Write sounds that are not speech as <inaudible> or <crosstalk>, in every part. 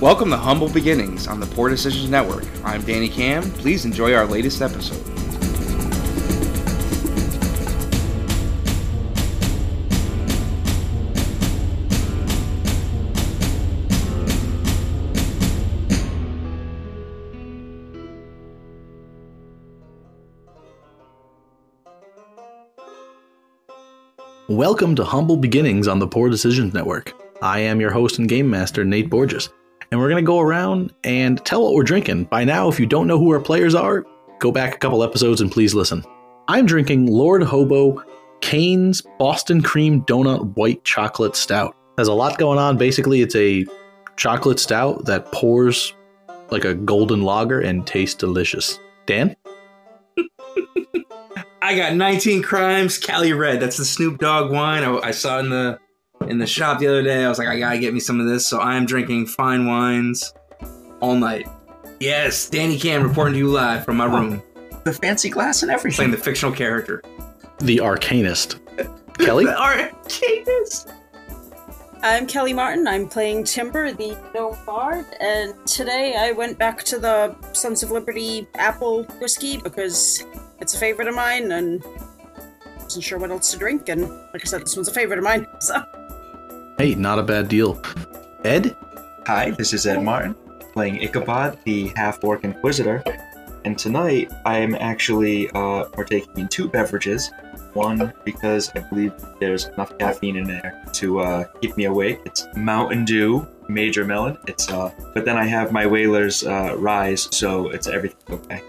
Welcome to Humble Beginnings on the Poor Decisions Network. I'm Danny Cam. Please enjoy our latest episode. Welcome to Humble Beginnings on the Poor Decisions Network. I am your host and game master, Nate Borges, and we're going to go around and tell what we're drinking. By now, if you don't know who our players are, go back a couple episodes and please listen. I'm drinking Lord Hobo Cane's Boston Cream Donut White Chocolate Stout. There's a lot going on. Basically, it's a chocolate stout that pours like a golden lager and tastes delicious. Dan? I got 19 Crimes Cali Red. That's the Snoop Dogg wine I, I saw in the in the shop the other day. I was like, I gotta get me some of this. So I am drinking fine wines all night. Yes, Danny Cam reporting to you live from my room, the fancy glass and playing everything. the fictional character. The Arcanist. <laughs> Kelly? Our genius. I'm Kelly Martin. I'm playing Timber, the gnome bard, and today I went back to the Sons of Liberty apple whiskey because it's a favorite of mine, and wasn't sure what else to drink. And like I said, this one's a favorite of mine. <laughs> So Hey, not a bad deal. Ed? Hi, this is Ed Martin, playing Ichabod, the half-orc inquisitor, and tonight I am actually uh, partaking in two beverages. One because I believe there's enough caffeine in there to uh, keep me awake. It's Mountain Dew, Major Melon. It's uh, but then I have my Whaler's uh, Rise, so it's everything okay.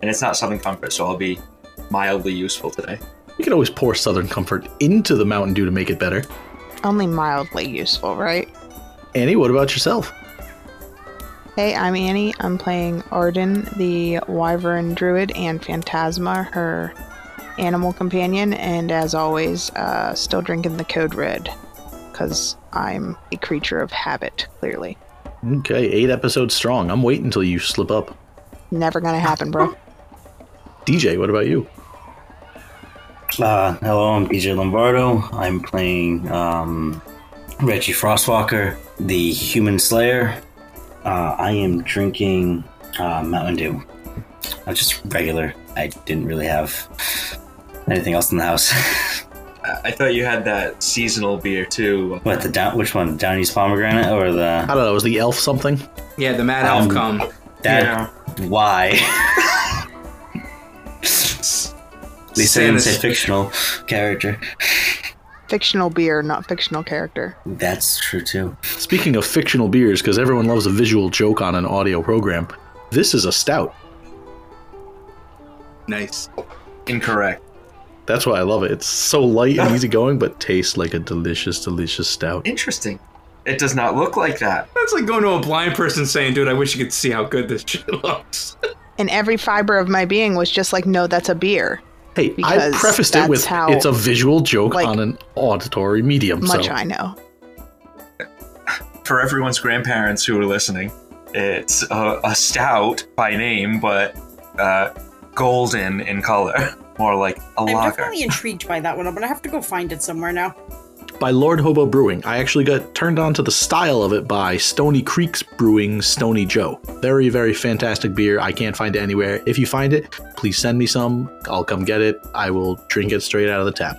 And it's not Southern Comfort, so I'll be mildly useful today. We could always pour Southern Comfort into the Mountain Dew to make it better. Only mildly useful, right? Annie, what about yourself? Hey, I'm Annie. I'm playing Arden, the Wyvern Druid, and Phantasma, her animal companion. And as always, uh, still drinking the Code Red, because I'm a creature of habit, clearly. Okay, eight episodes strong. I'm waiting until you slip up. Never gonna <laughs> happen, bro. DJ, what about you? Uh, hello, I'm PJ Lombardo. I'm playing um, Reggie Frostwalker, the Human Slayer. Uh, I am drinking uh, Mountain Dew. Uh, just regular. I didn't really have anything else in the house. <laughs> I-, I thought you had that seasonal beer too. what the down? Which one? Downey's pomegranate or I the don't know. Is the elf something? Yeah, the Mad Elf Um, come. that? Why? <laughs> At least I didn't say Sanus- fictional character. fictional beer, not fictional character. That's true too. Speaking of fictional beers, because everyone loves a visual joke on an audio program, this is a stout. Nice. Incorrect. That's why I love it. It's so light <laughs> and easygoing, but tastes like a delicious, delicious stout. Interesting. It does not look like that. That's like going to a blind person saying, "Dude, I wish you could see how good this <laughs> shit looks." And every fiber of my being was just like, no, that's a beer. Hey, I Because prefaced it that's with how- it's a visual joke like, on an auditory medium. Much so I know. For everyone's grandparents who are listening, it's a, a stout by name, but uh, golden in color, <laughs> more like a I'm lager. definitely intrigued by that one. I'm gonna have to go find it somewhere now. by Lord Hobo Brewing. I actually got turned on to the style of it by Stony Creek's Brewing Stony Joe. Very, very fantastic beer. I can't find it anywhere. If you find it, please send me some. I'll come get it. I will drink it straight out of the tap.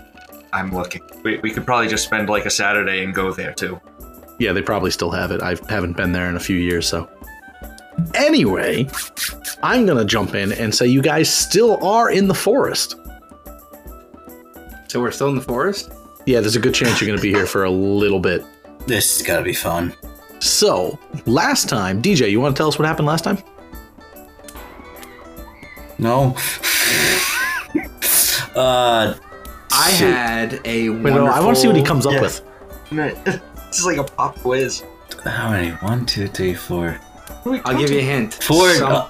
I'm looking. We, we could probably just spend like a Saturday and go there too. Yeah, they probably still have it. I haven't been there in a few years, so. Anyway, I'm going to jump in and say you guys still are in the forest. so we're still in the forest. Yeah, there's a good chance you're going to be here for a little bit. This is gotta be fun. So, last time, DJ, you want to tell us what happened last time? No. <laughs> uh, I shoot. had a. Wait, no, I want to see what he wonderful- comes up Yeah. with. <laughs> this is like a pop quiz. How many? One, two, three, four. I'll give you a hint. Four. Some- uh,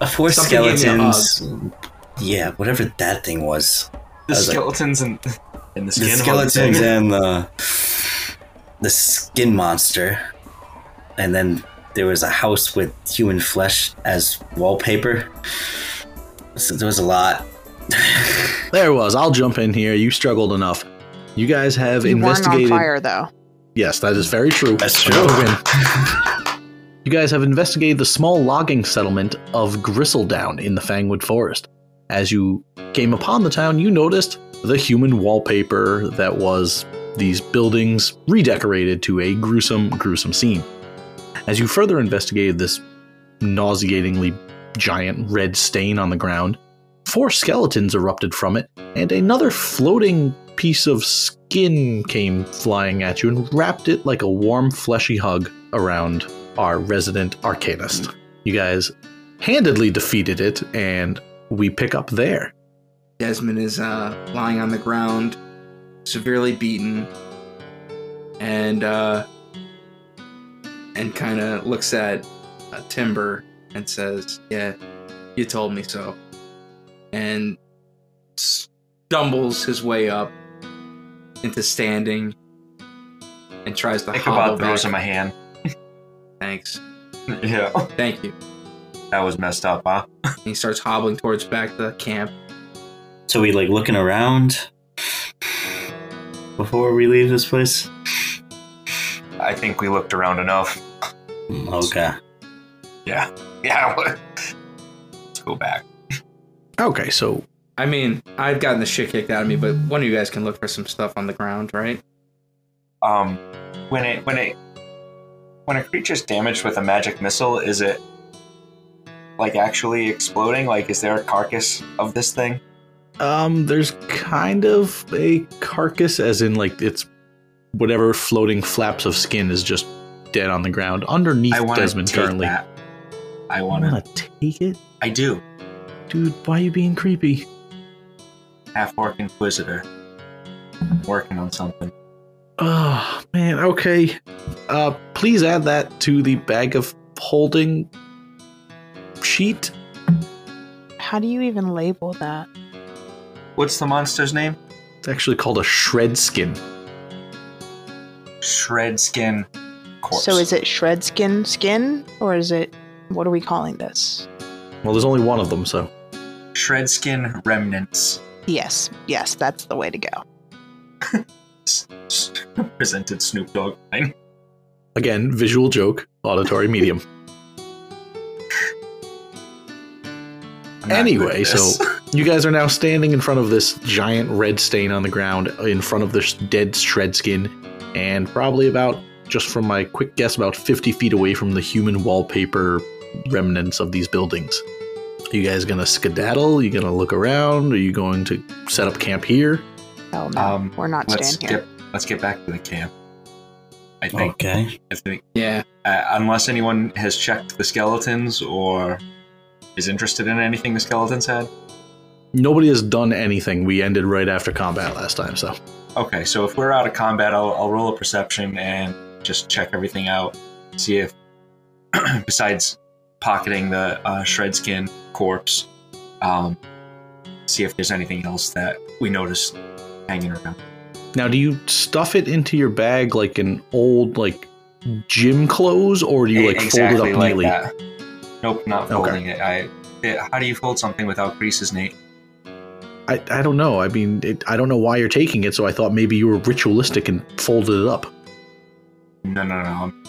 uh, four something gave me a skeletons. Yeah, whatever that thing was. The I was like- skeletons and and the The skin. of <laughs> skeletons thing. and the the skin monster, and then there was a house with human flesh as wallpaper. So there was a lot. There was. I'll jump in here. You struggled enough. You guys have You weren't on investigated. fire, though. Yes, that is very true. That's Another true. win. <laughs> You guys have investigated the small logging settlement of Gristledown in the Fangwood Forest. As you came upon the town, you noticed the human wallpaper that was these buildings redecorated to a gruesome, gruesome scene. As you further investigated this nauseatingly giant red stain on the ground, four skeletons erupted from it, and another floating piece of skin came flying at you and wrapped it like a warm, fleshy hug around our resident arcanist. You guys handedly defeated it, and we pick up there. Desmond is uh, lying on the ground, severely beaten, and uh, and kind of looks at uh, Timber and says, "Yeah, you told me so," and stumbles his way up into standing and tries to hobble Ichabod throws back. him a hand. Thanks, <laughs> Yeah, thank you. that was messed up, huh? And he starts hobbling towards back to camp. So we like looking around before we leave this place. I think we looked around enough. <laughs> Okay. Yeah, yeah. <laughs> Let's go back. Okay, so I mean, I've gotten the shit kicked out of me, but one of you guys can look for some stuff on the ground, right? Um, when it when it when a creature's damaged with a magic missile, is it like actually exploding? Like, is there a carcass of this thing? um, there's kind of a carcass, as in like it's whatever floating flaps of skin is just dead on the ground underneath I want to Desmond take currently. that. I I want to. want to take it, I do. dude. Why are you being creepy? Half orc inquisitor. I'm working on something. Oh man, okay. Uh, please add that to the bag of holding sheet. How do you even label that? What's the monster's name? It's actually called a shred skin. Shred skin. Corpse. So is it shred skin skin or is it what are we calling this? Well, there's only one of them, so shred skin remnants <laughs> Yes, yes, that's the way to go. presented Snoop Dogg. line. again, visual joke, auditory medium. I'm not good at Anyway, so- this. You guys are now standing in front of this giant red stain on the ground, in front of this dead shred skin, and probably about, just from my quick guess, about 50 feet away from the human wallpaper remnants of these buildings. Are you guys gonna skedaddle? you gonna look around? Are you going to set up camp here? Hell no. Um, We're not let's staying here. get let's get back to the camp. I think. Oh. Okay. I think Yeah. uh, unless anyone has checked the skeletons or is interested in anything the skeletons had. Nobody has done anything. We ended right after combat last time, so. Okay, so if we're out of combat, I'll, I'll roll a perception and just check everything out. See if, <clears throat> besides pocketing the uh, shred skin corpse, um, see if there's anything else that we noticed hanging around. Now, do you stuff it into your bag like an old, like, gym clothes, or do you, like, fold it up neatly? E, that. Nope, not Okay. folding it. I. It, how do you fold something without creases, Nate? I, I don't know. I mean, it, I don't know why you're taking it, so I thought maybe you were ritualistic and folded it up. No, no, no. I'm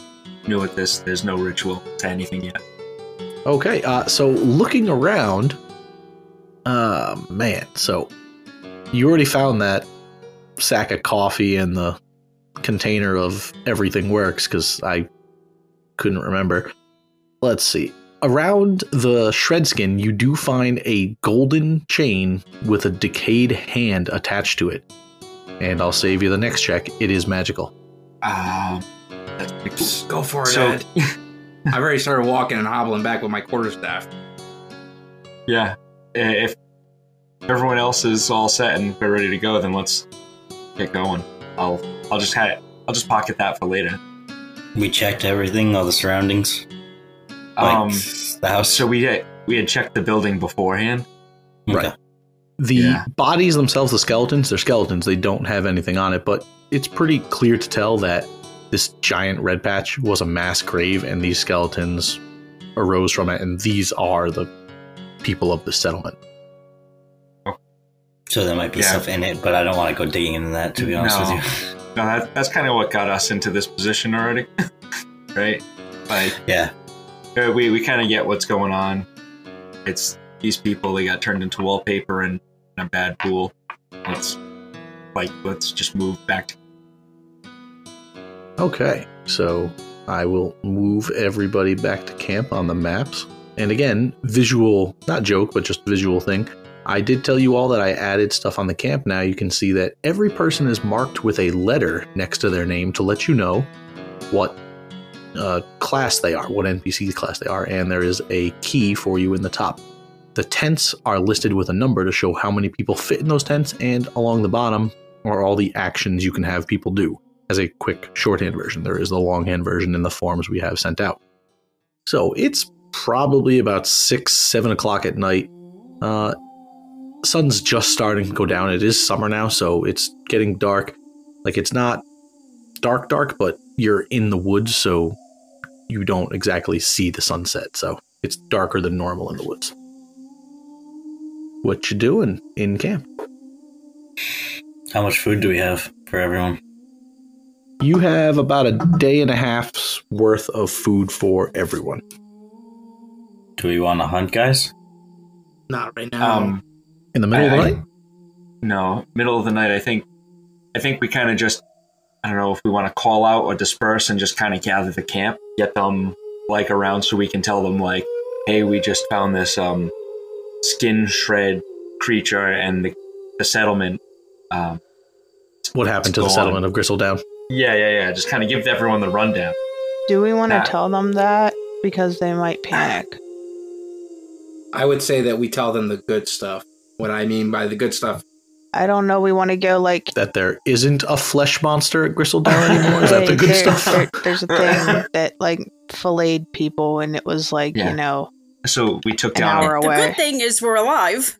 new at this. There's no ritual to anything yet. Okay, uh, so looking around, uh, man, so you already found that sack of coffee and the container of everything works because I couldn't remember. Let's see. Around the shred skin, you do find a golden chain with a decayed hand attached to it. And I'll save you the next check. It is magical. Um, that's pretty cool. Go for it, So- Ed. <laughs> I've already started walking and hobbling back with my quarterstaff. Yeah. I- If everyone else is all set and we're ready to go, then let's get going. I'll I'll just ha- I'll just pocket that for later. We checked everything, all the surroundings, like Um, the house. so we had we had checked the building beforehand. Right. Okay. The Yeah. bodies themselves, the skeletons, they're skeletons. They don't have anything on it, but it's pretty clear to tell that this giant red patch was a mass grave and these skeletons arose from it, and these are the people of the settlement. So there might be Yeah. stuff in it, but I don't want to go digging into that. To be honest No. with you. <laughs> No, that, that's kind of what got us into this position already, <laughs> right? Like Yeah. Uh, we we kind of get what's going on. It's these people. They got turned into wallpaper and in a bad pool. Let's like let's just move back to Okay, so I will move everybody back to camp on the maps. And again, visual, not joke, but just visual thing. I did tell you all that I added stuff on the camp now. You can see that every person is marked with a letter next to their name to let you know what uh, class they are, what NPC class they are, and there is a key for you in the top. The tents are listed with a number to show how many people fit in those tents, and along the bottom are all the actions you can have people do as a quick shorthand version. There is the longhand version in the forms we have sent out. So it's probably about six, seven o'clock at night. Uh, sun's just starting to go down. It is summer now, so it's getting dark. Like it's not dark, dark, but you're in the woods, so you don't exactly see the sunset. So it's darker than normal in the woods. What you doing in camp? How much food do we have for everyone? You have about a day and a half's worth of food for everyone. Do we want to hunt, guys? Not right now. um. In the middle of the I- night? No, middle of the night. I think I think we kind of just I don't know if we want to call out or disperse and just kind of gather the camp, get them like around so we can tell them like, hey, we just found this um skin shred creature and the, the settlement. Um, What happened to the Go on. settlement of Gristledown? yeah, yeah, yeah. Just kind of give everyone the rundown. Do we want to That- tell them that? Because they might panic. I would say that we tell them the good stuff. What I mean by the good stuff. I don't know. We want to go like. That there isn't a flesh monster at Gristledown anymore? <laughs> Is that the Hey, good there- stuff? there- there's <laughs> a thing that like filleted people, and it was like Yeah. you know So we took an down. hour The away. good thing is we're alive.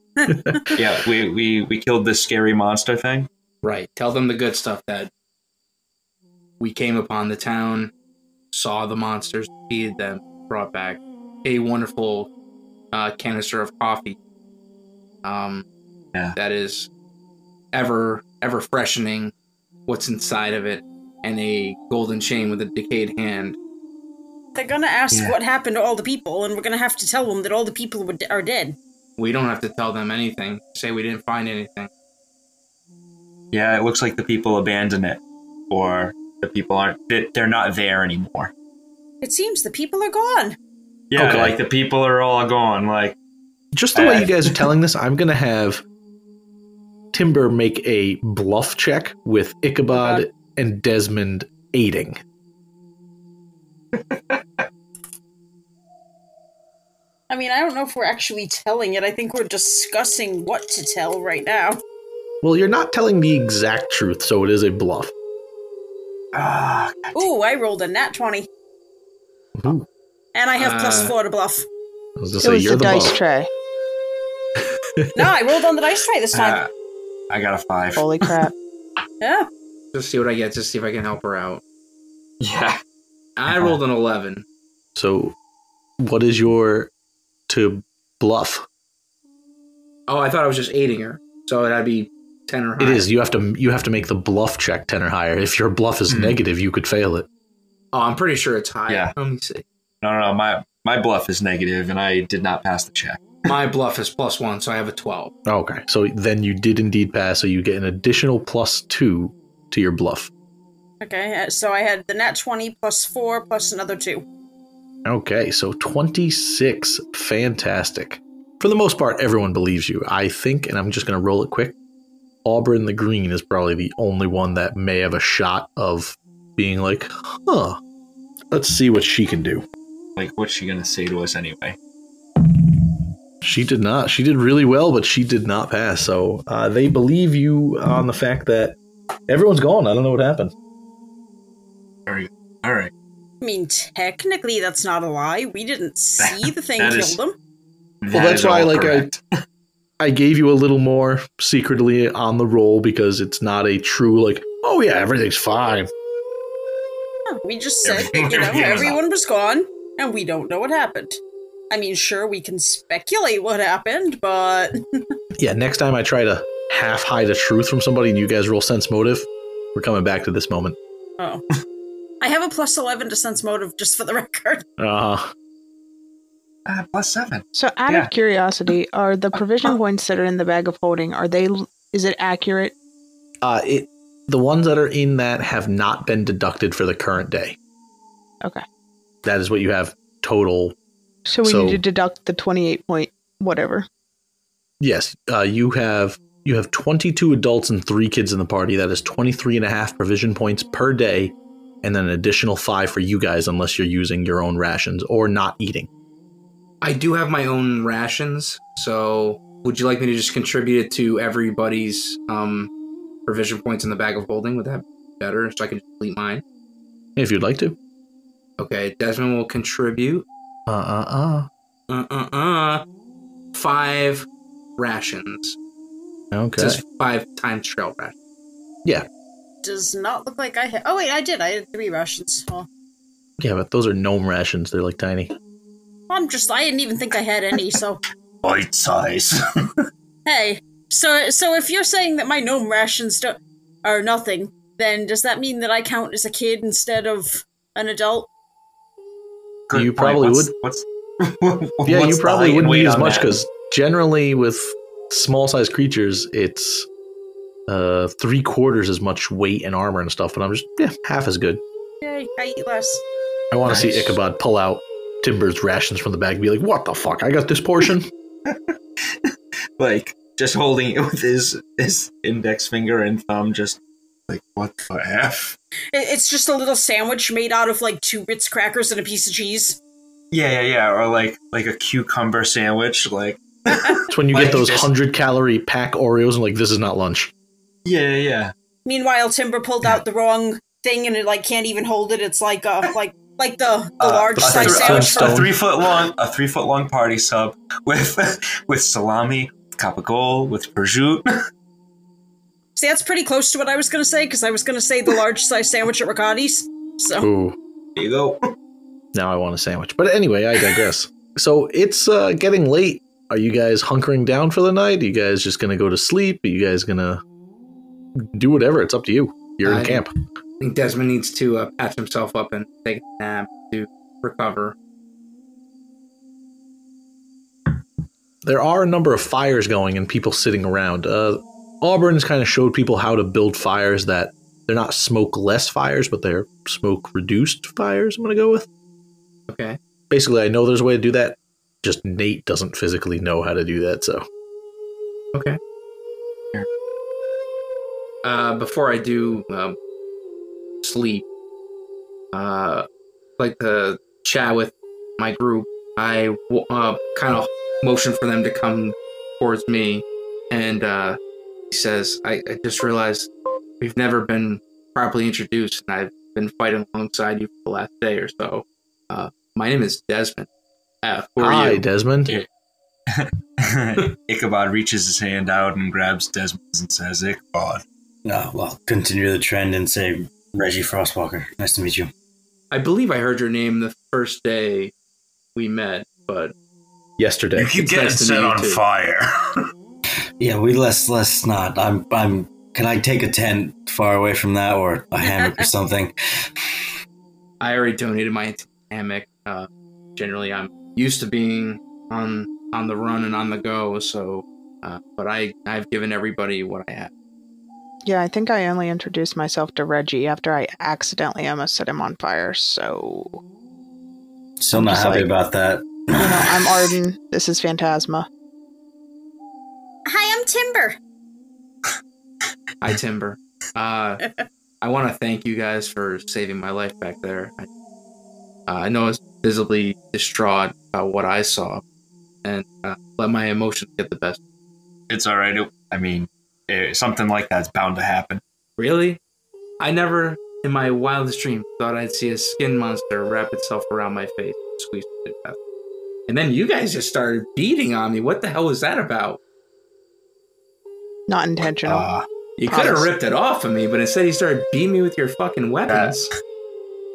Yeah, we, we we killed this scary monster thing. Right. Tell them the good stuff that we came upon the town, saw the monsters, defeated them, brought back a wonderful uh, canister of coffee. Um, Yeah. That is ever ever freshening what's inside of it, and a golden chain with a decayed hand. They're gonna ask Yeah. what happened to all the people, and we're gonna have to tell them that all the people were d- are dead. We don't have to tell them anything. Say we didn't find anything. Yeah, it looks like the people abandoned it, or the people aren't. they- They're not there anymore. It seems the people are gone. Yeah, Okay. like the people are all gone. Like, Just the way you guys are telling this, I'm going to have Timber make a bluff check with Ichabod and Desmond aiding. I mean, I don't know if we're actually telling it. I think we're discussing what to tell right now. Well, you're not telling the exact truth, so it is a bluff. ah, Ooh, I rolled a nat 20. Ooh. And I have plus Uh, four to bluff. I was going to it say, was you're the, the, dice bluff. tray. No, I rolled on the dice tray this time. uh, I got a five. Oh, Holy crap! yeah. Just see what I get. Just see if I can help her out. <laughs> Yeah. I Uh-huh. rolled an eleven. So, what is your to bluff? Oh, I thought I was just aiding her, so that'd be ten or higher. It is you have to you have to make the bluff check ten or higher. If your bluff is Mhm. negative, you could fail it. Oh, I'm pretty sure it's higher. Yeah. Let me see. No, no, no. My my bluff is negative, and I did not pass the check. My bluff is plus one, so I have a twelve. Okay, so then you did indeed pass. So you get an additional plus two to your bluff. Okay, uh, so I had the nat 20 plus four plus another two. Okay, so twenty six, fantastic. For the most part, everyone believes you. I think, and I'm just going to roll it quick. Auburn the Green is probably the only one that may have a shot of being like, huh. Let's see what she can do. Like, what's she gonna say to us anyway? She did not. She did really well, but she did not pass. So uh, they believe you on the fact that everyone's gone. I don't know what happened. Very good. All right. I mean, technically, that's not a lie. We didn't see the thing <laughs> That kill is- them. That that's is why, all like, I- correct. <laughs> I gave you a little more secretly on the roll because it's not a true like. Oh yeah, everything's fine. Huh, We just said that, Everyone- you know, everyone was everyone was gone, and we don't know what happened. I mean, sure, we can speculate what happened, but Yeah, next time I try to half hide a truth from somebody and you guys roll sense motive, we're coming back to this moment. Oh. I have a plus 11 to sense motive, just for the <laughs> record. Uh, Ah, plus seven. So, out Yeah. of curiosity, are the <laughs> provision points that are in the bag of holding are they? Is it accurate? Uh, it the ones that are in that have not been deducted for the current day. Okay. That is what you have total. So we So- need to deduct the twenty-eight point whatever. Yes, uh, you have you have 22 adults and 3 kids in the party. That is 23 and a half provision points per day and then an additional 5 for you guys unless you're using your own rations or not eating. I do have my own rations, so would you like me to just contribute it to everybody's um, provision points in the bag of holding? Would that be better? So I can delete mine. If you'd like to. Okay, Desmond will contribute. Uh uh uh. Uh uh uh. Five rations. Okay. Just five times trail rations. Does not look like I had. Oh wait, I did. I had three rations. Oh, yeah, but those are gnome rations. They're like tiny. I'm just. I didn't even think I had any. So <laughs> <laughs> Bite size. hey, so so if you're saying that my gnome rations don't are nothing, then does that mean that I count as a kid instead of an adult? You point. probably What's- would- <laughs> What's, Yeah, what's you the probably height and wouldn't weight need as on much that? because generally with small sized creatures, it's uh, three quarters as much weight and armor and stuff. But I'm just yeah, half as good. Yay, I eat less. I want to see Nice. Ichabod pull out Timber's rations from the bag and be like, "What the fuck? I got this portion." like just holding it with his his index finger and thumb, just like what the f? It- It's just a little sandwich made out of like two Ritz crackers and a piece of cheese. Yeah, yeah, yeah. Or like like a cucumber sandwich, like It's when you Like get those this. hundred calorie pack Oreos and like, "This is not lunch." yeah, yeah, yeah. Meanwhile, Timber pulled out the wrong thing and it like can't even hold it. It's like uh like like the, the Uh, large a size thr- a sandwich. Flintstone. for- A three foot long, a three foot long party sub with <laughs> with salami, capagol, with prosciutto. <laughs> See, that's pretty close to what I was gonna say because I was gonna say the large size sandwich at Riccati's. Oh. So Ooh, There you go. <laughs> now I want a sandwich. But anyway, I digress. so it's uh, getting late. Are you guys hunkering down for the night? Are you guys just gonna go to sleep? Are you guys gonna do whatever? It's up to you. You're in I- camp. I think Desmond needs to uh, patch himself up and take a nap to recover. there are a number of fires going and people sitting around. Uh, Auburn's kind of showed people how to build fires that they're not smoke less fires, but they're smoke reduced fires. I'm gonna go with. Okay. Basically, I know there's a way to do that. Just Nate doesn't physically know how to do that, so Okay. Uh, before I do um, sleep, uh, I'd like to chat with my group. I w- uh, kind of motion for them to come towards me, and uh, he says, I, "I just realized we've never been properly introduced, and I've been fighting alongside you for the last day or so. Uh, my name is Desmond. Uh, who are hi, you?" Desmond. Yeah. Ichabod reaches his hand out and grabs Desmond's and says, "Ichabod." no, well, continue the trend and say Reggie Frostwalker. Nice to meet you. I believe I heard your name the first day we met, but <laughs> Yesterday, keep getting set on fire. <laughs> Yeah, we less less not. I'm I'm. Can I take a tent far away from that, or a hammock or something? I already donated my hammock. Uh, generally, I'm used to being on on the run and on the go. So, uh, but I I've given everybody what I have. Yeah, I think I only introduced myself to Reggie after I accidentally almost set him on fire. So, you Still not Just happy like- about that. know, I'm Arden. This is Phantasma. hi, I'm Timber. Hi, Timber. Uh, I want to thank you guys for saving my life back there. I, uh, I know I was visibly distraught about what I saw, and uh, let my emotions get the best. it's all right. It- I mean, eh, something like that's bound to happen. Really? I never, in my wildest dreams, thought I'd see a skin monster wrap itself around my face and squeeze me to death. And then you guys just started beating on me. What the hell was that about? Not intentional. Ah, You could have Honest. ripped it off of me, but instead you started beating me with your fucking weapons.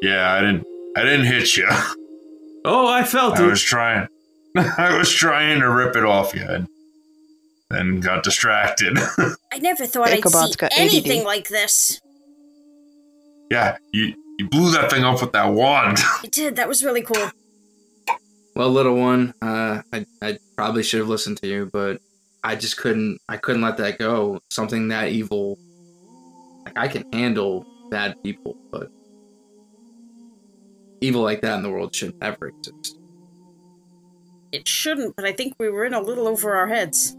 Yeah, I didn't. I didn't <laughs> hit you. Oh, I felt I it. was trying. I was trying to rip it off you, and then got distracted. <laughs> I never thought Ichabod's I'd got see anything ADD. like this. yeah, you you blew that thing up with that wand. I did. That was really cool. Well, little one, uh, I, I probably should have listened to you, but I just couldn't. I couldn't let that go. Something that evil, like I can handle bad people, but evil like that in the world should never exist. It shouldn't, but I think we were in a little over our heads.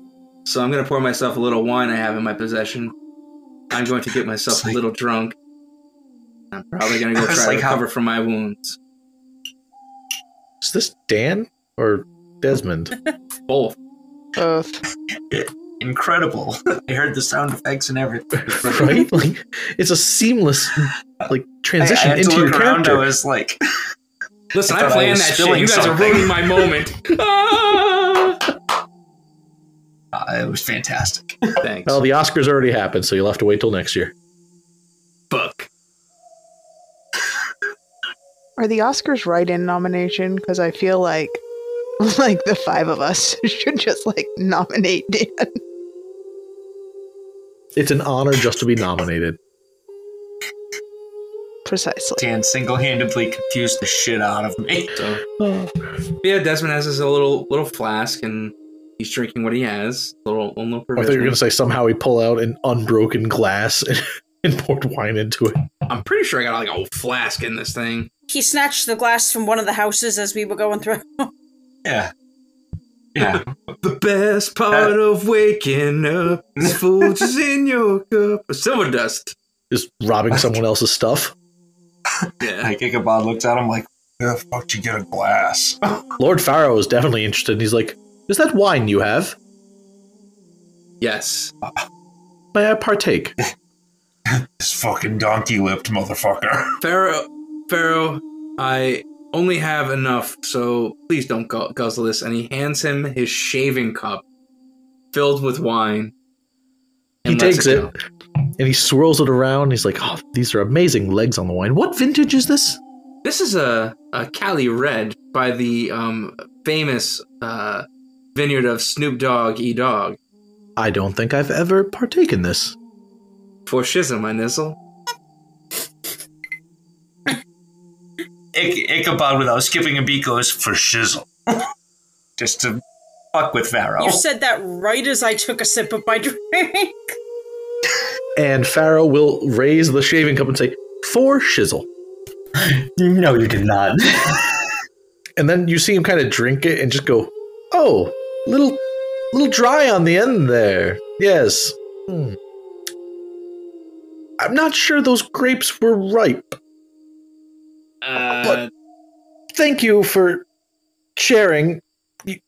So I'm gonna pour myself a little wine I have in my possession. I'm going <laughs> to get myself It's a like- little drunk. I'm probably gonna go It's try like to how- recover from my wounds. Is this Dan or <laughs> Desmond? Both. Both. Incredible. <laughs> I heard the sound effects and everything. right? Like it's a seamless like transition I had into to your look around. character. I was like, Listen, I I, thought I planned was that shit. spilling You guys something. are ruining my moment. <laughs> Ah! uh, it was fantastic. Thanks. Well, the Oscars already happened, so you'll have to wait till next year. Fuck. Are the Oscars right in nomination? Because I feel like <laughs> like the five of us <laughs> should just like nominate Dan. It's an honor just to be nominated. Precisely. Dan single handedly confused the shit out of me. <laughs> So. Oh. Yeah, Desmond has his little little flask, and he's drinking what he has. Little little I thought you were provision. going to say somehow he pull out an unbroken glass and, <laughs> and poured wine into it. I'm pretty sure I got like a whole flask in this thing. He snatched the glass from one of the houses as we were going through. Yeah. Yeah. The best part of waking up is Folgers in your cup. Silver dust. Is robbing someone else's stuff. Yeah. Like Ichabod looks at him like, where the fuck did you get a glass? <laughs> Lord Pharaoh is definitely interested. and He's like, "Is that wine you have? Yes. May I partake?" this fucking donkey lipped motherfucker. <laughs> Pharaoh, Pharaoh, I only have enough, so please don't gu- guzzle this. And he hands him his shaving cup filled with wine. He and lets takes it go. and he swirls it around. He's like, "Oh, these are amazing legs on the wine. What vintage is this?" This is a, a Cali Red by the um, famous uh, vineyard of Snoop Dogg E Dog. I don't think I've ever partaken this. For schism, my nizzle. Ich- Ichabod, without skipping a beat, goes for shizzle. <laughs> Just to fuck with Pharaoh. Oh. You said that right as I took a sip of my <laughs> drink. And Pharaoh will raise the shaving cup and say, "For shizzle." <laughs> No, you did not. And then you see him kind of drink it and just go, "Oh, little, little dry on the end there." Yes. Hmm. I'm not sure those grapes were ripe. Uh, Thank you for sharing. You,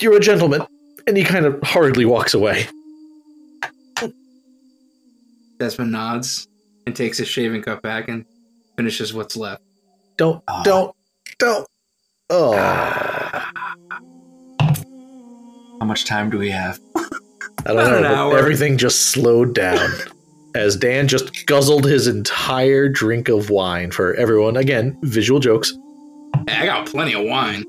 you're a gentleman. And he kind of hurriedly walks away. Desmond nods and takes his shaving cup back and finishes what's left. Don't, Ah. don't, don't. Ah, Oh, Ah. How much time do we have? I About don't know. an but hour. Everything just slowed down <laughs> as Dan just guzzled his entire drink of wine for everyone. Again, visual jokes. Hey, I got plenty of wine.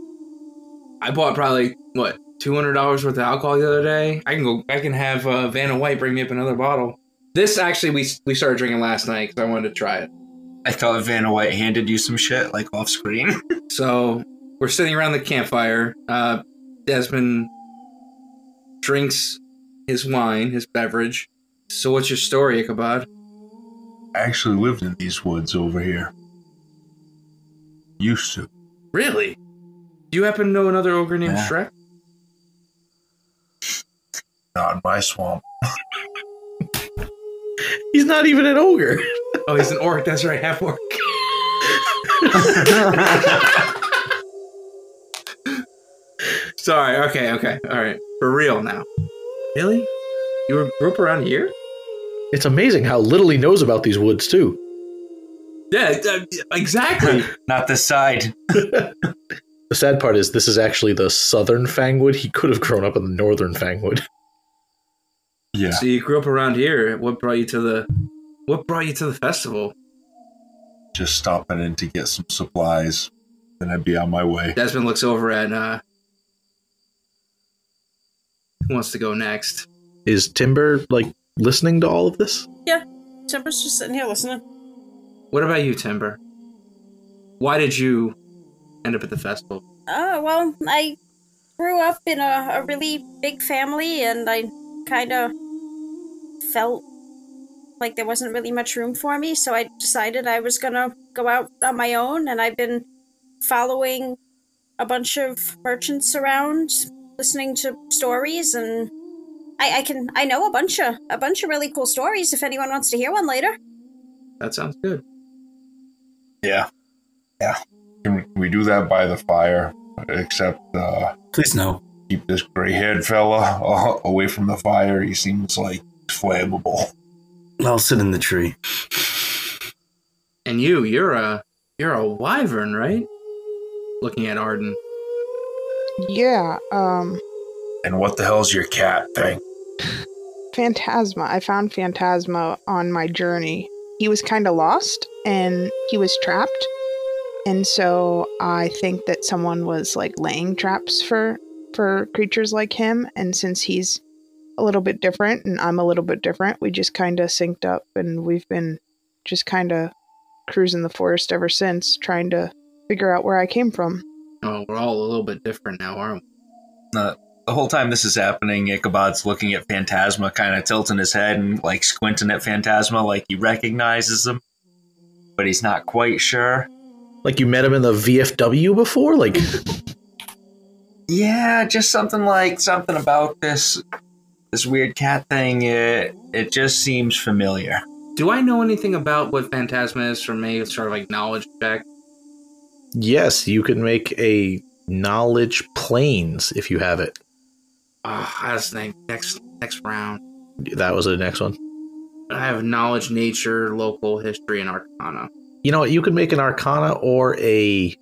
I bought probably what two hundred dollars worth of alcohol the other day. I can go. I can have uh, Vanna White bring me up another bottle. This actually we we started drinking last night because I wanted to try it. I thought Vanna White handed you some shit, like off <laughs> screen. So we're sitting around the campfire. Uh, Desmond drinks his wine, his beverage. So what's your story, Ichabod? I actually lived in these woods over here. Used to. Really? Do you happen to know another ogre named Yeah. Shrek? Not in my swamp. He's not even an ogre. <laughs> Oh, he's an orc. That's right, half <laughs> orc. Sorry. Okay. Okay. All right. For real now. Really? You were grew up around here? It's amazing how little he knows about these woods, too. Yeah. uh, exactly. Not this side. The sad part is this is actually the southern Fangwood. He could have grown up in the northern Fangwood. Yeah. so you grew up around here. What brought you to the? What brought you to the festival? Just stopping in to get some supplies. Then I'd be on my way. Desmond looks over at uh who wants to go next? <laughs> Is Timber like listening to all of this? Timber's just sitting here listening. What about you, Timber? Why did you end up at the festival? Oh, well, I grew up in a, a really big family and I kind of felt like there wasn't really much room for me, so I decided I was gonna go out on my own and I've been following a bunch of merchants around, listening to stories and I, I can I know a bunch of a bunch of really cool stories if anyone wants to hear one later. That sounds good. Yeah. Yeah. Can we do that by the fire? Except uh, Please no. keep this gray haired fella uh, away from the fire. He seems like flammable. I'll sit in the tree. And you, you're a you're a wyvern, right? Looking at Arden. Yeah, um, And what the hell's your cat thing? Phantasma. I found Phantasma on my journey. He was kind of lost and he was trapped. And so I think that someone was like laying traps for for creatures like him and since he's a little bit different and I'm a little bit different, we just kind of synced up and we've been just kind of cruising the forest ever since trying to figure out where I came from. Oh, we're all a little bit different now, aren't The whole time this is happening, Ichabod's looking at Phantasma, kind of tilting his head and like squinting at Phantasma, like he recognizes him, but he's not quite sure. Like you met him in the VFW before? Like Yeah, just something like something about this this weird cat thing. It it just seems familiar. we? Do I know anything about what Phantasma is for me? It's sort of like knowledge check. <laughs> yes, you can make a knowledge planes if you have it. Ah, I was thinking next next round. That was the next one. I have knowledge, nature, local history, and arcana. You know what? You can make an arcana or a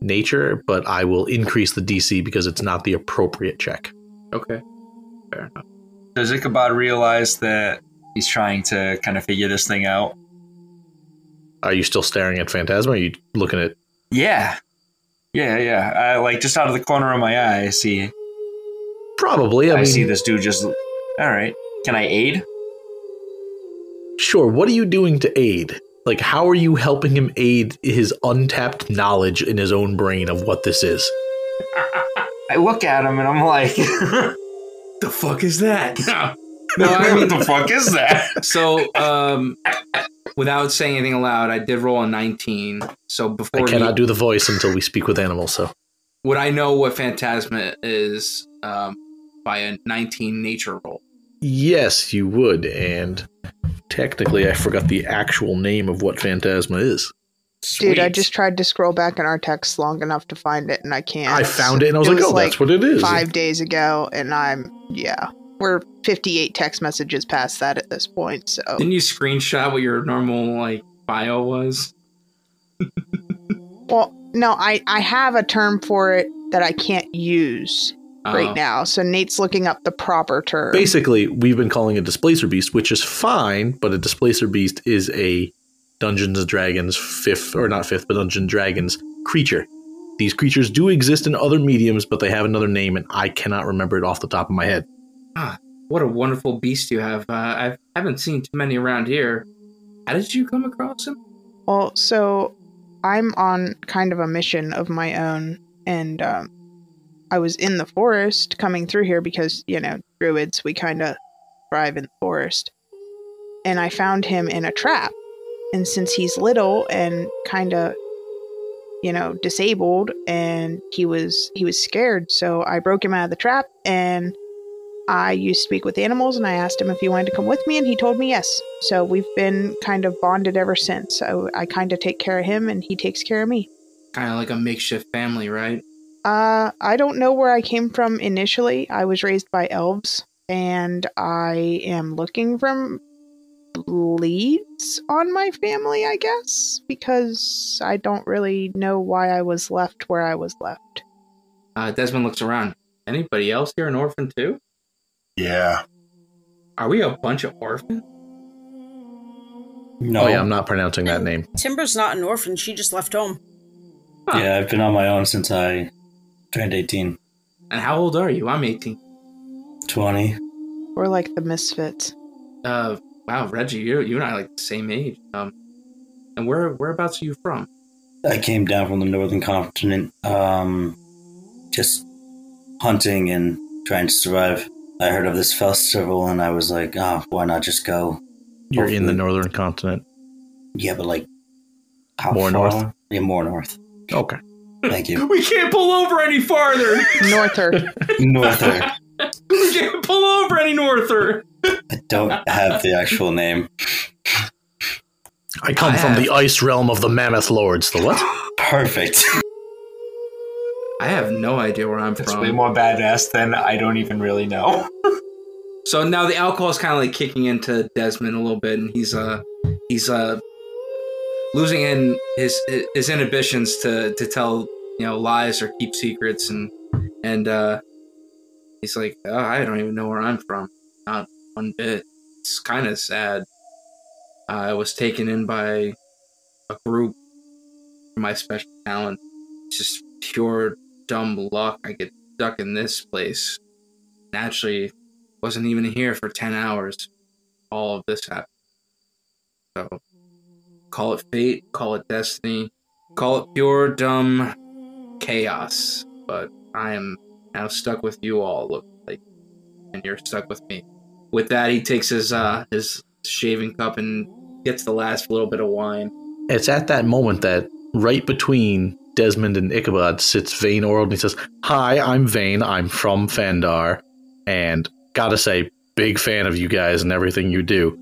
nature, but I will increase the DC because it's not the appropriate check. Okay. Fair enough. Does Ichabod realize that he's trying to kind of figure this thing out? Are you still staring at Phantasma? Or are you looking at Yeah. Yeah, yeah. I, like just out of the corner of my eye, I see. probably? I, I, mean, see this dude just. All right. Can I aid? sure. What are you doing to aid? Like, how are you helping him aid his untapped knowledge in his own brain of what this is? I look at him and I'm like, <laughs> The fuck is that? No, no, I mean, what the fuck is <laughs> that? so um, without saying anything aloud, I did roll a 19. So before I cannot he- do the voice until we speak with animals, so. would I know what Phantasma is um, by a 19 nature roll? Yes, you would. And technically, I forgot the actual name of what Phantasma is. Dude, I just tried to scroll back in our text long enough to find it and I can't. I found it and I was It like, was oh, like that's what it is. five days ago, and I'm yeah, we're 58 text messages past that at this point. So Didn't you screenshot what your normal like bio was? well, no, I I have a term for it that I can't use Oh. Uh-huh. right now. So Nate's looking up the proper term. Basically, we've been calling it Displacer Beast, which is fine, but a Displacer Beast is a Dungeons and Dragons fifth, or not fifth, but Dungeons and Dragons creature. These creatures do exist in other mediums, but they have another name, and I cannot remember it off the top of my head. What a wonderful beast you have. Uh, I haven't seen too many around here. How did you come across him? Well, so I'm on kind of a mission of my own, and um, I was in the forest coming through here because, you know, druids, we kind of thrive in the forest. And I found him in a trap. And since he's little and kind of, you know, disabled, and he was he was scared, so I broke him out of the trap, and I used to speak with animals and I asked him if he wanted to come with me and he told me yes. So we've been kind of bonded ever since. So I kind of take care of him and he takes care of me. Kind of like a makeshift family, right? Uh, I don't know where I came from initially. I was raised by elves and I am looking from leads on my family, I guess, because I don't really know why I was left where I was left. Uh, Desmond looks around. Anybody else here an orphan too? Yeah. Are we a bunch of orphans? No. Oh, yeah, I'm not pronouncing that name. Timber's not an orphan, she just left home. Huh. Yeah, I've been on my own since I turned 18. And how old are you? I'm 18. 20. We're like the misfits. Uh, wow, Reggie, you you and I are like the same age. Um, and where whereabouts are you from? I came down from the northern continent. Um, just hunting and trying to survive. I heard of this festival and I was like, ah, why not just go? You're in the Hopefully. northern continent. Yeah, but like, how More far? north? Yeah, more north. Okay. <laughs> Thank you. We can't pull over any farther. <laughs> Norther. Norther. we can't pull over any norther. I don't have the actual name. I come I from have- the ice realm of the mammoth lords. The what? Perfect. <laughs> I have no idea where I'm That's from. way more badass than I don't even really know. So now the alcohol is kind of like kicking into Desmond a little bit, and he's uh he's uh losing in his his inhibitions to to tell you know lies or keep secrets, and and uh, he's like, oh, I don't even know where I'm from, not one bit. It's kind of sad. I was taken in by a group for my special talent. It's just pure dumb luck. I get stuck in this place. Naturally, wasn't even here for 10 hours. All of this happened. So, call it fate, call it destiny, call it pure, dumb chaos. But I am now stuck with you all, it looks like. And you're stuck with me. With that, he takes his, uh, his shaving cup and gets the last little bit of wine. It's at that moment that right between Desmond and Ichabod sits Vane Oral and he says, Hi, I'm Vane. I'm from Fandar. And gotta say, big fan of you guys and everything you do.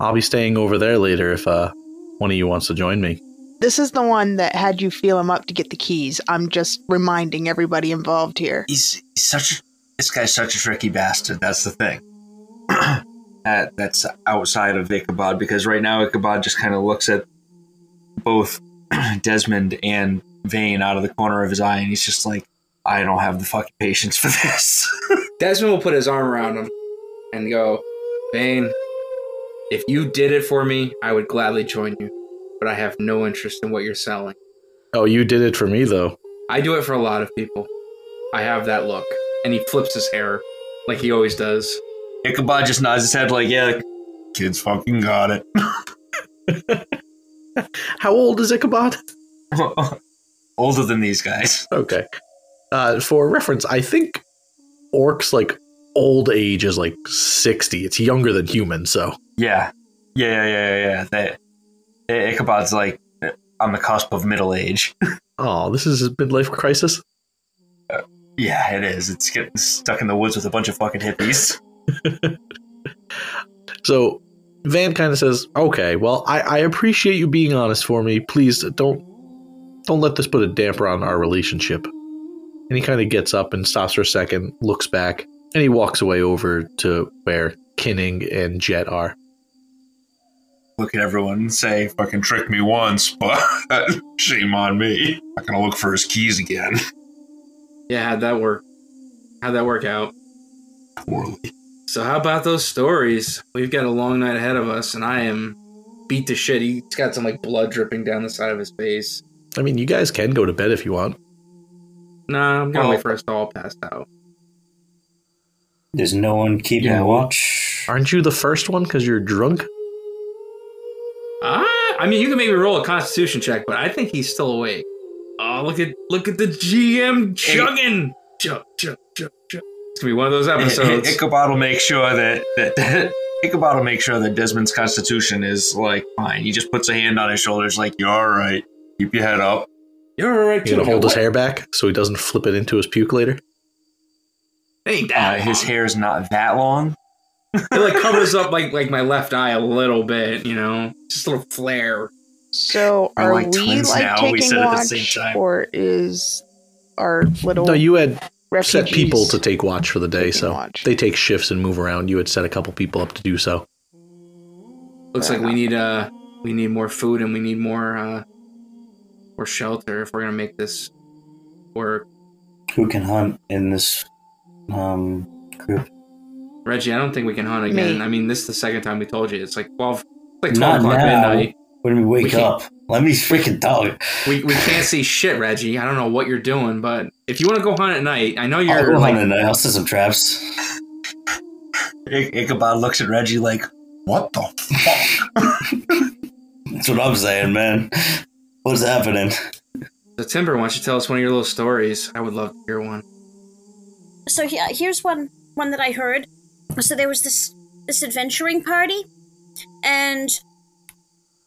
I'll be staying over there later if uh, one of you wants to join me. This is the one that had you feel him up to get the keys. I'm just reminding everybody involved here. He's, he's such a, this guy's such a tricky bastard. That's the thing. <clears throat> that that's outside of Ichabod because right now Ichabod just kind of looks at both <clears throat> Desmond and Vane out of the corner of his eye, and he's just like, I don't have the fucking patience for this. <laughs> Desmond will put his arm around him and go, Bane, if you did it for me, I would gladly join you. But I have no interest in what you're selling. Oh, you did it for me, though. I do it for a lot of people. I have that look. And he flips his hair like he always does. Ichabod just nods his head like, yeah, Kids fucking got it. How old is Ichabod? <laughs> <laughs> older than these guys. Okay. Uh, for reference, I think orcs like old age is like 60. It's younger than humans, so. Yeah, yeah, yeah, yeah, yeah, yeah. They, I- Ichabod's like on the cusp of middle age. Oh, this is a midlife crisis. Yeah, it is. It's getting stuck in the woods with a bunch of fucking hippies. So Van kind of says, "Okay, well, I, I appreciate you being honest for me. Please don't don't let this put a damper on our relationship." And he kind of gets up and stops for a second, looks back, and he walks away over to where Kinning and Jet are. Look at everyone and say, Fucking tricked me once, <laughs> but shame on me. Not gonna look for his keys again. Yeah, how'd that work? How'd that work out? Poorly. So how about those stories? We've got a long night ahead of us, and I am beat to shit. He's got some like blood dripping down the side of his face. I mean, you guys can go to bed if you want. Nah, I'm gonna Well- wait for us to all pass out. There's no one keeping Yeah. watch. Aren't you the first one because you're drunk? Ah, I mean, you can maybe roll a Constitution check, but I think he's still awake. Oh, look at look at the GM chugging. Chug, chug, chug, chug. It's gonna be one of those episodes. Ichabod will make sure that that <laughs> Ichabod will make sure that Desmond's constitution is like fine. He just puts a hand on his shoulders, like You're alright. Keep your head up. You're all right, You gonna too. hold his What? hair back so he doesn't flip it into his puke later? Ain't uh, that his long. hair is not that long. it like covers up like like my left eye a little bit, you know, just a little flare. So We're are like we twins like now, we taking said it at the watch, same time. or is our little No, you had set refugees people to take watch for the day, taking so watch? they take shifts and move around. You had set a couple people up to do so. Looks like we need uh we need more food and we need more uh more shelter if we're gonna make this work. Who can hunt in this um, group? Reggie, I don't think we can hunt again. Me. I mean, this is the second time we told you. It's like twelve, it's like Not twelve o'clock now. midnight. When we We wake can't- up, let me freaking dog. We we can't see shit, Reggie. I don't know what you're doing, but if you want to go hunt at night, I know I'll you're go like hunt and I'll set some traps. I- Ichabod looks at Reggie like, What the fuck? That's what I'm saying, man. What's happening? the So Timber, why don't you tell us one of your little stories? I would love to hear one. so he- uh, here's one one that I heard. So there was this this adventuring party, and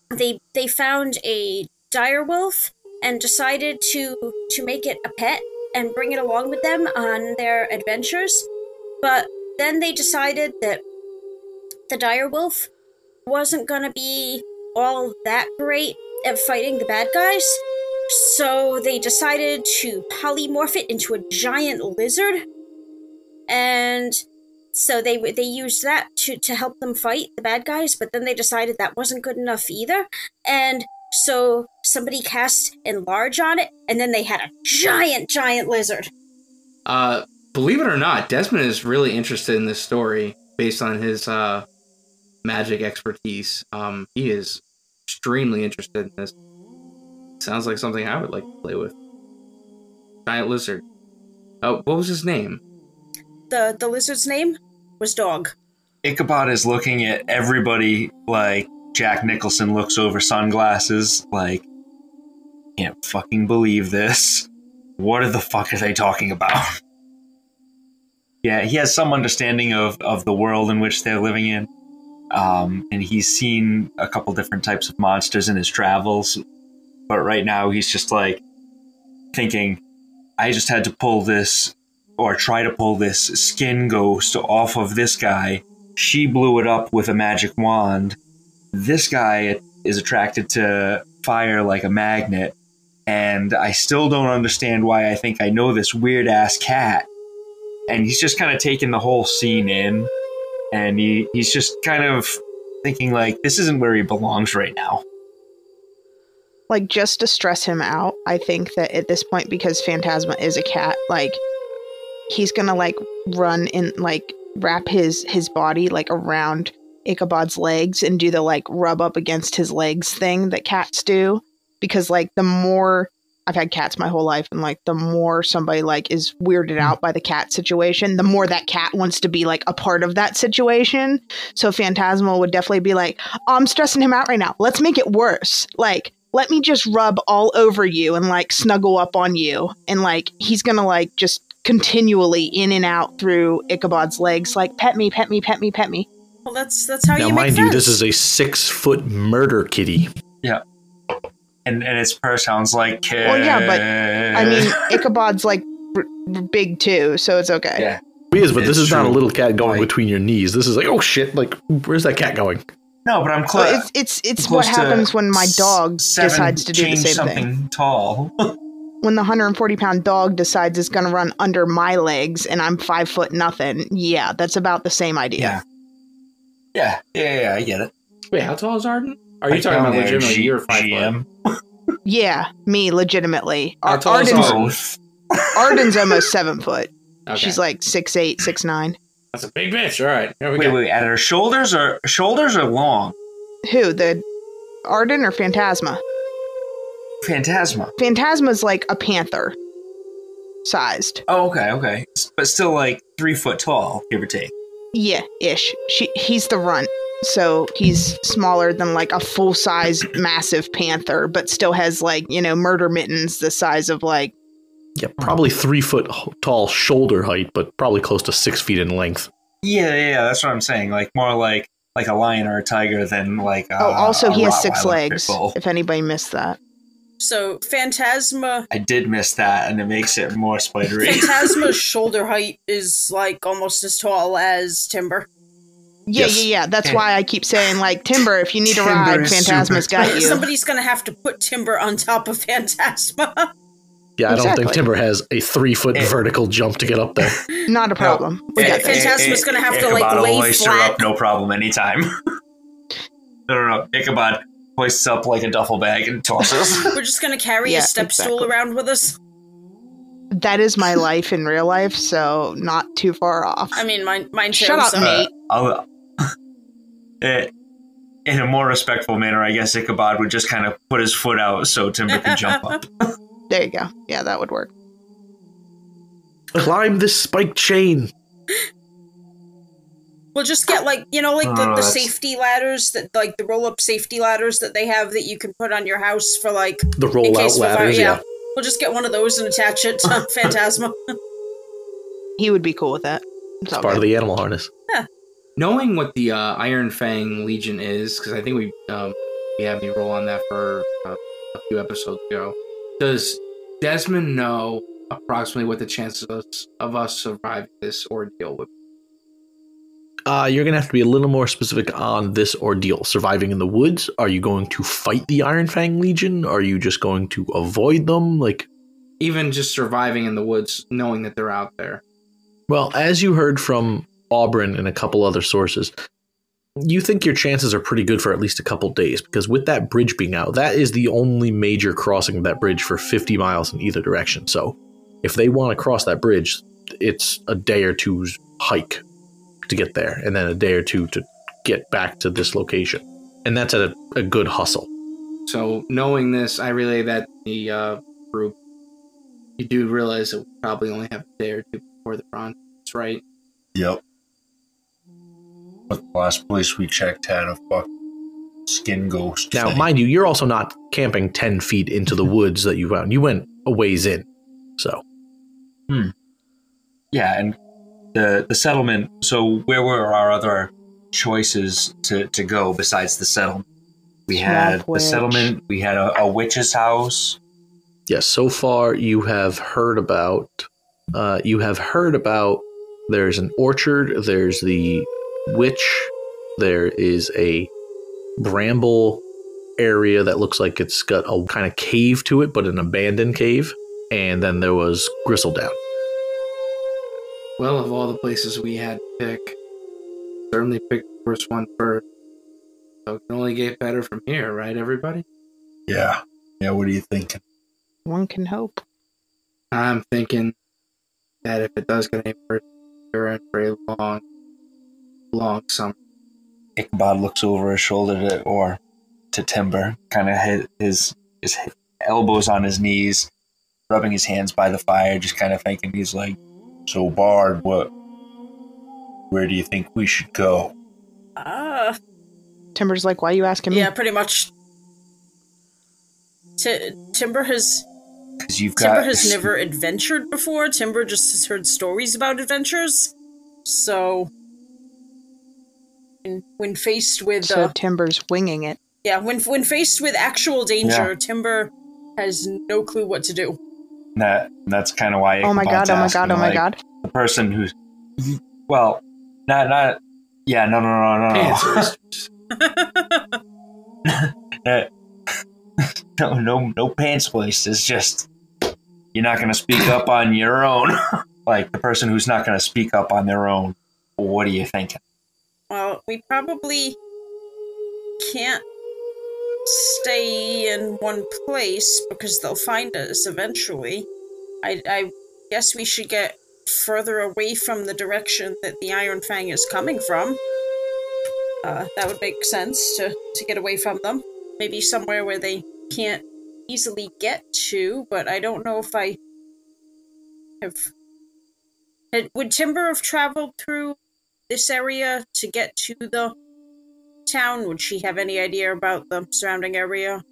they they found a direwolf and decided to to make it a pet and bring it along with them on their adventures. But then they decided that the direwolf wasn't gonna be all that great at fighting the bad guys. So they decided to polymorph it into a giant lizard and so they they used that to to help them fight the bad guys but then they decided that wasn't good enough either and so somebody cast enlarge on it and then they had a giant giant lizard Uh, believe it or not, Desmond is really interested in this story based on his uh, magic expertise. Um, he is extremely interested in this. Sounds like something I would like to play with. Giant lizard. Uh, what was his name? The the lizard's name was Dog. Ichabod is looking at everybody like Jack Nicholson looks over sunglasses, like, can't fucking believe this. What the fuck are they talking about? <laughs> yeah, he has some understanding of, of the world in which they're living in. Um, and he's seen a couple different types of monsters in his travels. But right now, he's just like thinking, I just had to pull this or try to pull this skin ghost off of this guy. She blew it up with a magic wand. This guy is attracted to fire like a magnet. And I still don't understand why I think I know this weird ass cat. And he's just kind of taking the whole scene in. And he, he's just kind of thinking, like, this isn't where he belongs right now. like just to stress him out i think that at this point because phantasma is a cat like he's gonna like run and like wrap his his body like around ichabod's legs and do the like rub up against his legs thing that cats do because like the more i've had cats my whole life and like the more somebody like is weirded out by the cat situation the more that cat wants to be like a part of that situation so phantasmal would definitely be like oh, i'm stressing him out right now let's make it worse like let me just rub all over you and like snuggle up on you and like he's gonna like just continually in and out through ichabod's legs like pet me pet me pet me pet me Well, that's that's how now, you make mind you, this friends. is a six foot murder kitty. And, and his purr sounds like. Well, yeah, but, I <laughs> i mean ichabod's like r- r- big too so it's okay Yeah. It is, but this It's is not a true. little cat going Like- between your knees. This is like, oh shit, like, where's that cat going? No, but I'm So close. it's it's it's what happens when my dog decides to do the same thing something tall. when the 140 pound dog decides it's gonna run under my legs and i'm five foot nothing yeah that's about the same idea Yeah. yeah, yeah, yeah, I get it. Wait, how tall is Arden? Are you talking about legitimately? You're five foot. Yeah, me legitimately How Ar- tall Oh, is Arden's, Arden? Arden's almost seven foot Okay. She's like six eight, six nine. That's a big bitch. All right, here we Wait, go. wait, at her shoulders or shoulders are long. Who the Arden or Phantasma? Phantasma. Phantasma's like a panther sized. Oh, okay, okay, S- but still like three foot tall, give or take. Yeah, ish. She he's the runt, so he's smaller than like a full size massive panther, but still has like you know murder mittens the size of like Yeah, probably three foot h- tall shoulder height, but probably close to six feet in length. Yeah, yeah, yeah, that's what I'm saying. Like more like like a lion or a tiger than like. Uh, oh also a he has six Rottweiler legs. pit bull. If anybody missed that, So Phantasma I did miss that, and it makes it more spidery. Phantasma's shoulder height is like almost as tall as Timber. yeah Yes. yeah yeah. That's Okay. why I keep saying like Timber, if you need a Timber ride, is Phantasma's super- got you. Somebody's gonna have to put Timber on top of <laughs> Phantasma. Yeah, I don't think Exactly. Timber has a three foot Eh. vertical jump to get up there. Not a problem. We Eh, got eh, this. Phantasma's eh, gonna have to, like, Ichabod will lay hoist her flat. up, no problem, anytime. <laughs> no, no, no. Ichabod hoists up like a duffel bag and tosses. <laughs> We're just gonna carry Yeah, a step stool exactly. around with us. that is my life in real life, so not too far off. I mean, mine, mine too. Shut up, Uh, so- Nate. <laughs> I'll, Eh, in a more respectful manner, I guess Ichabod would just kind of put his foot out so Timber can jump up. There you go. Yeah, that would work. Climb this spike chain. We'll just get like you know, like No, the, no, the that's- safety ladders that like the roll up safety ladders that they have that you can put on your house for like The in rollout case of a ladders. fire. Yeah. We'll just get one of those and attach it to <laughs> Phantasma. He would be cool with that. It's all part of good. the animal harness. Knowing what the uh, Iron Fang Legion is, because I think we um, we had me roll on that for uh, a few episodes ago. Does Desmond know approximately what the chances of us, of us surviving this ordeal would? be? Uh, you're gonna have to be a little more specific on this ordeal. Surviving in the woods. Are you going to fight the Iron Fang Legion? Are you just going to avoid them? Like, Even just surviving in the woods, knowing that they're out there. well, as you heard from Auburn and a couple other sources, you think your chances are pretty good for at least a couple days because with that bridge being out, that is the only major crossing of that bridge for 50 miles in either direction. So, if they want to cross that bridge, it's a day or two's hike to get there, and then a day or two to get back to this location, and that's at a, a good hustle. So knowing this, I relay that to the uh, group. You do realize that we probably only have a day or two before the bronze, right? Yep. But the <laughs> last place we checked had a fucking skin ghost. Now, thing. mind you, you're also not camping 10 feet into the woods that you found. You went a ways in. So, Yeah, and the the settlement. So where were our other choices to, to go besides the settlement? We had Swamp the witch. settlement. We had a, a witch's house. yes, so far you have heard about. Uh, you have heard about there's an orchard, there's the witch, there is a bramble area that looks like it's got a kind of cave to it, but an abandoned cave. And then there was Gristledown. Well, of all the places we had to pick, certainly picked the worst one first. So it can only get better from here, right, everybody? yeah. Yeah, what are you thinking? One can hope. I'm thinking that if it does get any worse, you're in for a long, long summer. Ichabod looks over his shoulder to or to Timber, kind of his, his his elbows on his knees, rubbing his hands by the fire, just kind of thinking. He's like, So, Bard, what? Where do you think we should go? Ah, Timber's like, why are you asking me? yeah, pretty much. Ti Timber has because you've got Timber has never adventured before. Timber just has heard stories about adventures, so when- when faced with So uh, Timber's winging it. yeah, when when faced with actual danger, Yeah. Timber has no clue what to do. <laughs> that. That's kind of why. Oh my god, Ichabod's oh my asking, god, oh my like, god. The person who's well, not not yeah, no, no, no, no, no. Answers. <laughs> no, no, no pants waste. It's just you're not going to speak up on your own. <laughs> like the person who's not going to speak up on their own. What are you thinking? Well, we probably can't stay in one place because they'll find us eventually. I, I guess we should get further away from the direction that the Iron Fang is coming from. Uh, that would make sense to, to get away from them. Maybe somewhere where they can't easily get to, but I don't know if I have. had- Would Timber have traveled through this area to get to the town? Would she have any idea about the surrounding area?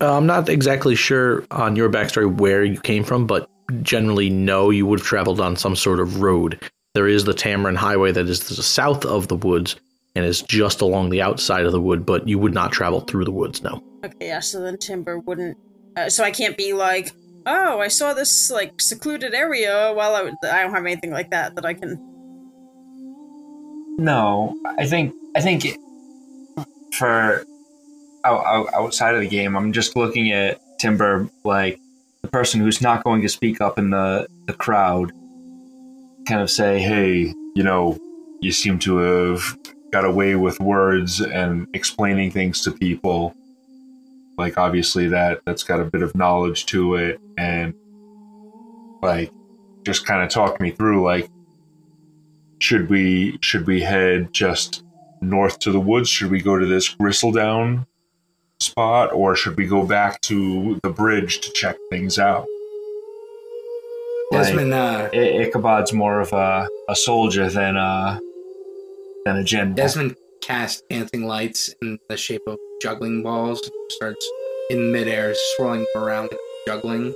Uh, I'm not exactly sure on your backstory where you came from, but generally, no, you would have traveled on some sort of road. There is the Tamarin Highway that is to the south of the woods and is just along the outside of the wood, but you would not travel through the woods, no. Okay, yeah, so then Timber wouldn't. Uh, so I can't be like, oh, I saw this like secluded area. While I, would- I don't have anything like that that I can. No, I think I think it, for out- out- outside of the game, I'm just looking at Timber like the person who's not going to speak up in the the crowd. Kind of say, Hey, you know, you seem to have got away with words and explaining things to people. Like, obviously, that that's got a bit of knowledge to it, and like, just kind of talk me through like, should we should we head just north to the woods? Should we go to this gristledown spot, or should we go back to the bridge to check things out? like Desmond, uh, I- Ichabod's more of a, a soldier than a than a general. Desmond casts dancing lights in the shape of juggling balls and starts in midair swirling them around like a juggling,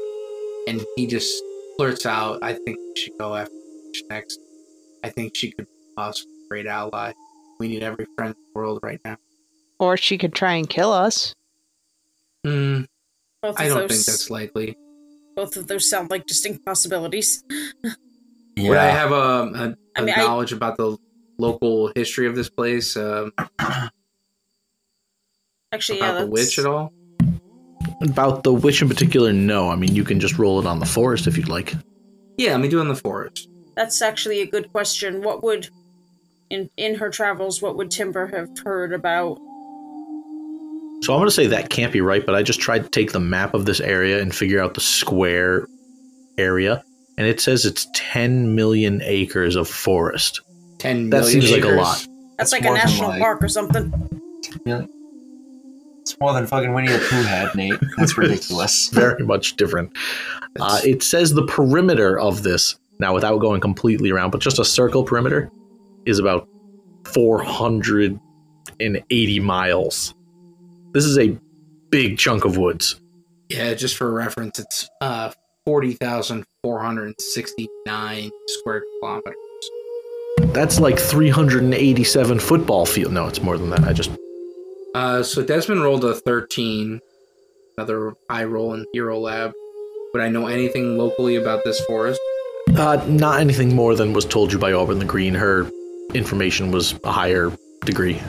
and he just flirts out. I think we should go after Fish next. I think she could be a possible great ally. We need every friend in the world right now. Or she could try and kill us. Hmm, Both of I don't those, think that's likely. both of those sound like distinct possibilities. Would I have um, a, a, I mean, I- knowledge about the local history of this place? Um, Actually, yeah, about the that's, witch at all? About the witch in particular, no. I mean, you can just roll it on the forest if you'd like. Yeah, let me do it in the forest. that's actually a good question. What would in in her travels, what would Timber have heard about? So I'm going to say that can't be right, but I just tried to take the map of this area and figure out the square area, and it says it's 10 million acres of forest. Ten. That million seems like a acres? lot. That's, That's like a more than national like- park or something. It's more than fucking Winnie the Pooh had, Nate. That's ridiculous. Very much different. Uh, it says the perimeter of this, now without going completely around, but just a circle perimeter, is about 480 miles. This is a big chunk of woods. Yeah, just for reference, it's uh forty thousand four hundred sixty-nine square kilometers. That's like 387 football field. No, it's more than that. I just Uh, so Desmond rolled a thirteen, another high roll in Hero Lab. Would I know anything locally about this forest? uh, not anything more than was told you by Auburn the Green. Her information was a higher degree.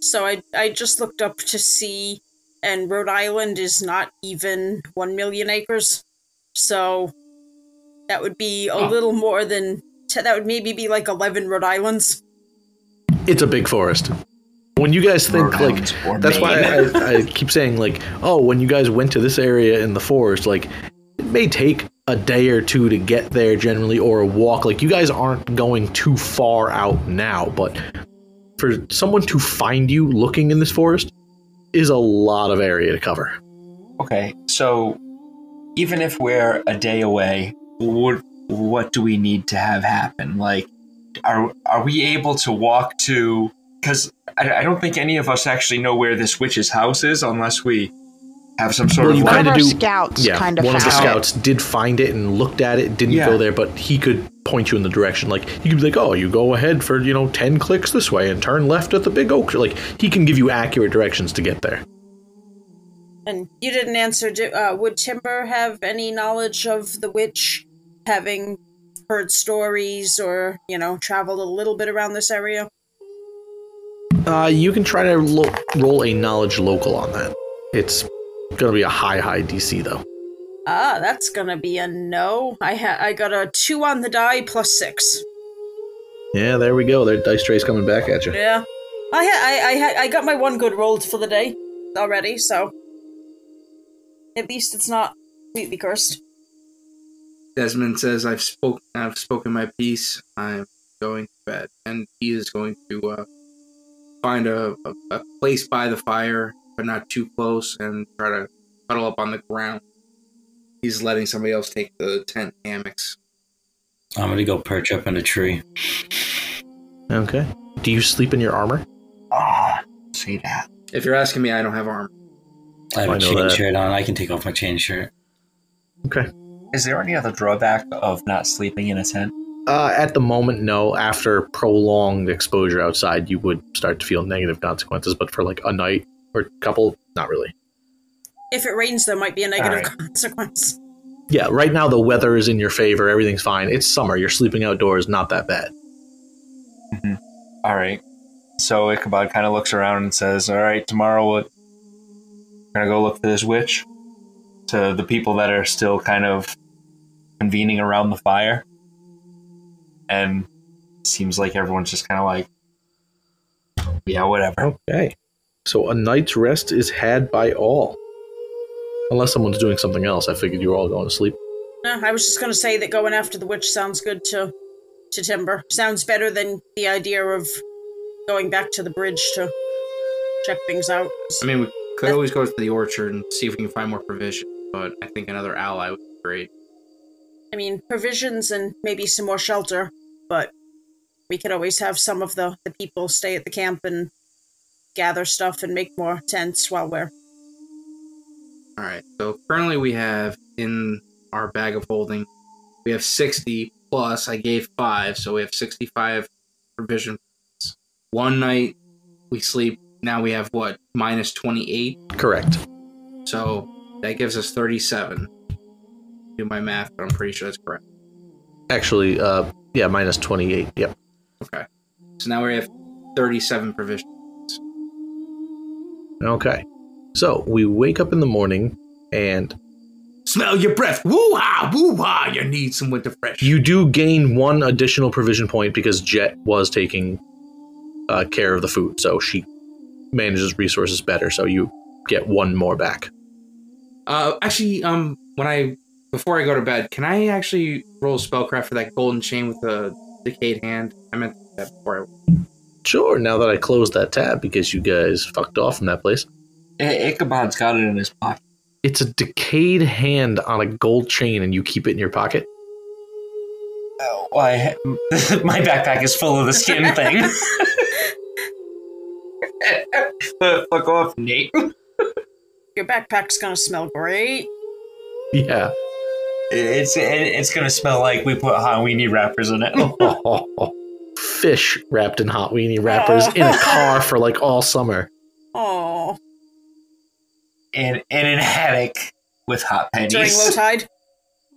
So I I just looked up to see, and Rhode Island is not even one million acres, so that would be a Huh. little more than te- that would maybe be like eleven Rhode Islands. It's a big forest. When you guys <laughs> think Rhode like Island's or that's why Maine. I, I keep saying like oh when you guys went to this area in the forest like it may take a day or two to get there generally or a walk like you guys aren't going too far out now but for someone to find you looking in this forest is a lot of area to cover Okay, so even if we're a day away, what what do we need to have happen? Like, are are we able to walk to? Because I, I don't think any of us actually know where this witch's house is unless we have some sort Well, of. you like- One of kinda our do- scouts yeah kind of one of the found scouts did find it and looked at it didn't Yeah. go there but he could point you in the direction like you could be like oh you go ahead for you know 10 clicks this way and turn left at the big oak tree like he can give you accurate directions to get there And you didn't answer. do- Uh, would Timber have any knowledge of the witch, having heard stories or you know traveled a little bit around this area? Uh, you can try to lo- roll a knowledge local on that. It's gonna be a high, high DC though. Ah, that's gonna be a no. I ha- I got a two on the die plus six. Yeah, there we go. Their dice tray's coming back at you. Yeah, I ha- I I, ha- I got my one good rolled for the day already, so at least it's not completely cursed. Desmond says, "I've spoken. I've spoken my piece. I'm going to bed." And he is going to uh, find a, a, a place by the fire, but not too close, and try to cuddle up on the ground. He's letting somebody else take the tent hammocks. I'm gonna go perch up in a tree. Okay. Do you sleep in your armor? Ah, say that. If you're asking me, I don't have armor. I have I a know chain that. shirt on. I can take off my chain shirt. Okay. Is there any other drawback of not sleeping in a tent? Uh, at the moment, no. After prolonged exposure outside, you would start to feel negative consequences. But for like a night or a couple, not really. If it rains, there might be a negative Alright. consequence. Yeah. Right now, the weather is in your favor. Everything's fine. It's summer. You're sleeping outdoors. Not that bad. All right. So Ichabod kind of looks around and says, "All right, tomorrow we're gonna go look for this witch." To the people that are still kind of convening around the fire, and seems like everyone's just kind of like, "Yeah, whatever." Okay. So a night's rest is had by all. Unless someone's doing something else. I figured you were all going to sleep. No, I was just gonna say that going after the witch sounds good to to Timber. Sounds better than the idea of going back to the bridge to check things out. I mean, we could always go to the orchard and see if we can find more provision. But I think another ally would be great. I mean, provisions and maybe some more shelter, but we could always have some of the, the people stay at the camp and gather stuff and make more tents while we're All right. So currently we have in our bag of holding, we have 60 plus. I gave five, so we have 65 provision. points. One night we sleep. Now we have what minus 28. Correct. So that gives us 37. Do my math, but I'm pretty sure that's correct. Actually, uh, yeah, minus 28. Yep. Okay. So now we have 37 provision. Okay. So we wake up in the morning and Smell your breath. Woo ha, woo ha. You need some winter fresh. you do gain one additional provision point because Jet was taking uh, care of the food. So she manages resources better. So you get one more back. Uh, actually, um, when I before I go to bed, can I actually roll spellcraft for that golden chain with the decayed hand? I meant that before. I, Sure. Now that I closed that tab because you guys fucked off from that place, I- Ichabod's got it in his pocket. it's a decayed hand on a gold chain and you keep it in your pocket. <laughs> Oh, I, <laughs> my backpack is full of the skin thing. <laughs> Fuck off, Nate. Your backpack's gonna smell great. Yeah. It's it, it's gonna smell like we put hot weenie wrappers <laughs> in it. <laughs> Fish wrapped in hot weenie wrappers in a car for like all summer. Oh, in in an attic with hot during low pennies. <laughs> tide.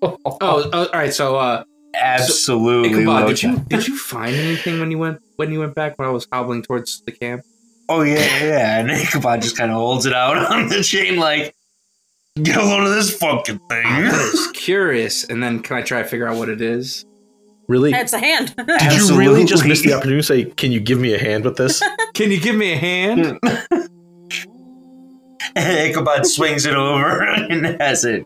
oh, oh, all right. So, uh, Absolutely. Ichabod, low did you tide. did you find anything when you went when you went back when I was hobbling towards the camp? Oh yeah, yeah. And Ichabod just kind of holds it out <laughs> on the chain, like, get a load of this fucking I <laughs> thing. was curious, and then can I try to figure out what it is? Really? It's a hand. <laughs> Did you really just miss <laughs> Absolutely. the opportunity to say, can you give me a hand with this? Can you give me a hand? Ichabod swings it over <laughs> and has it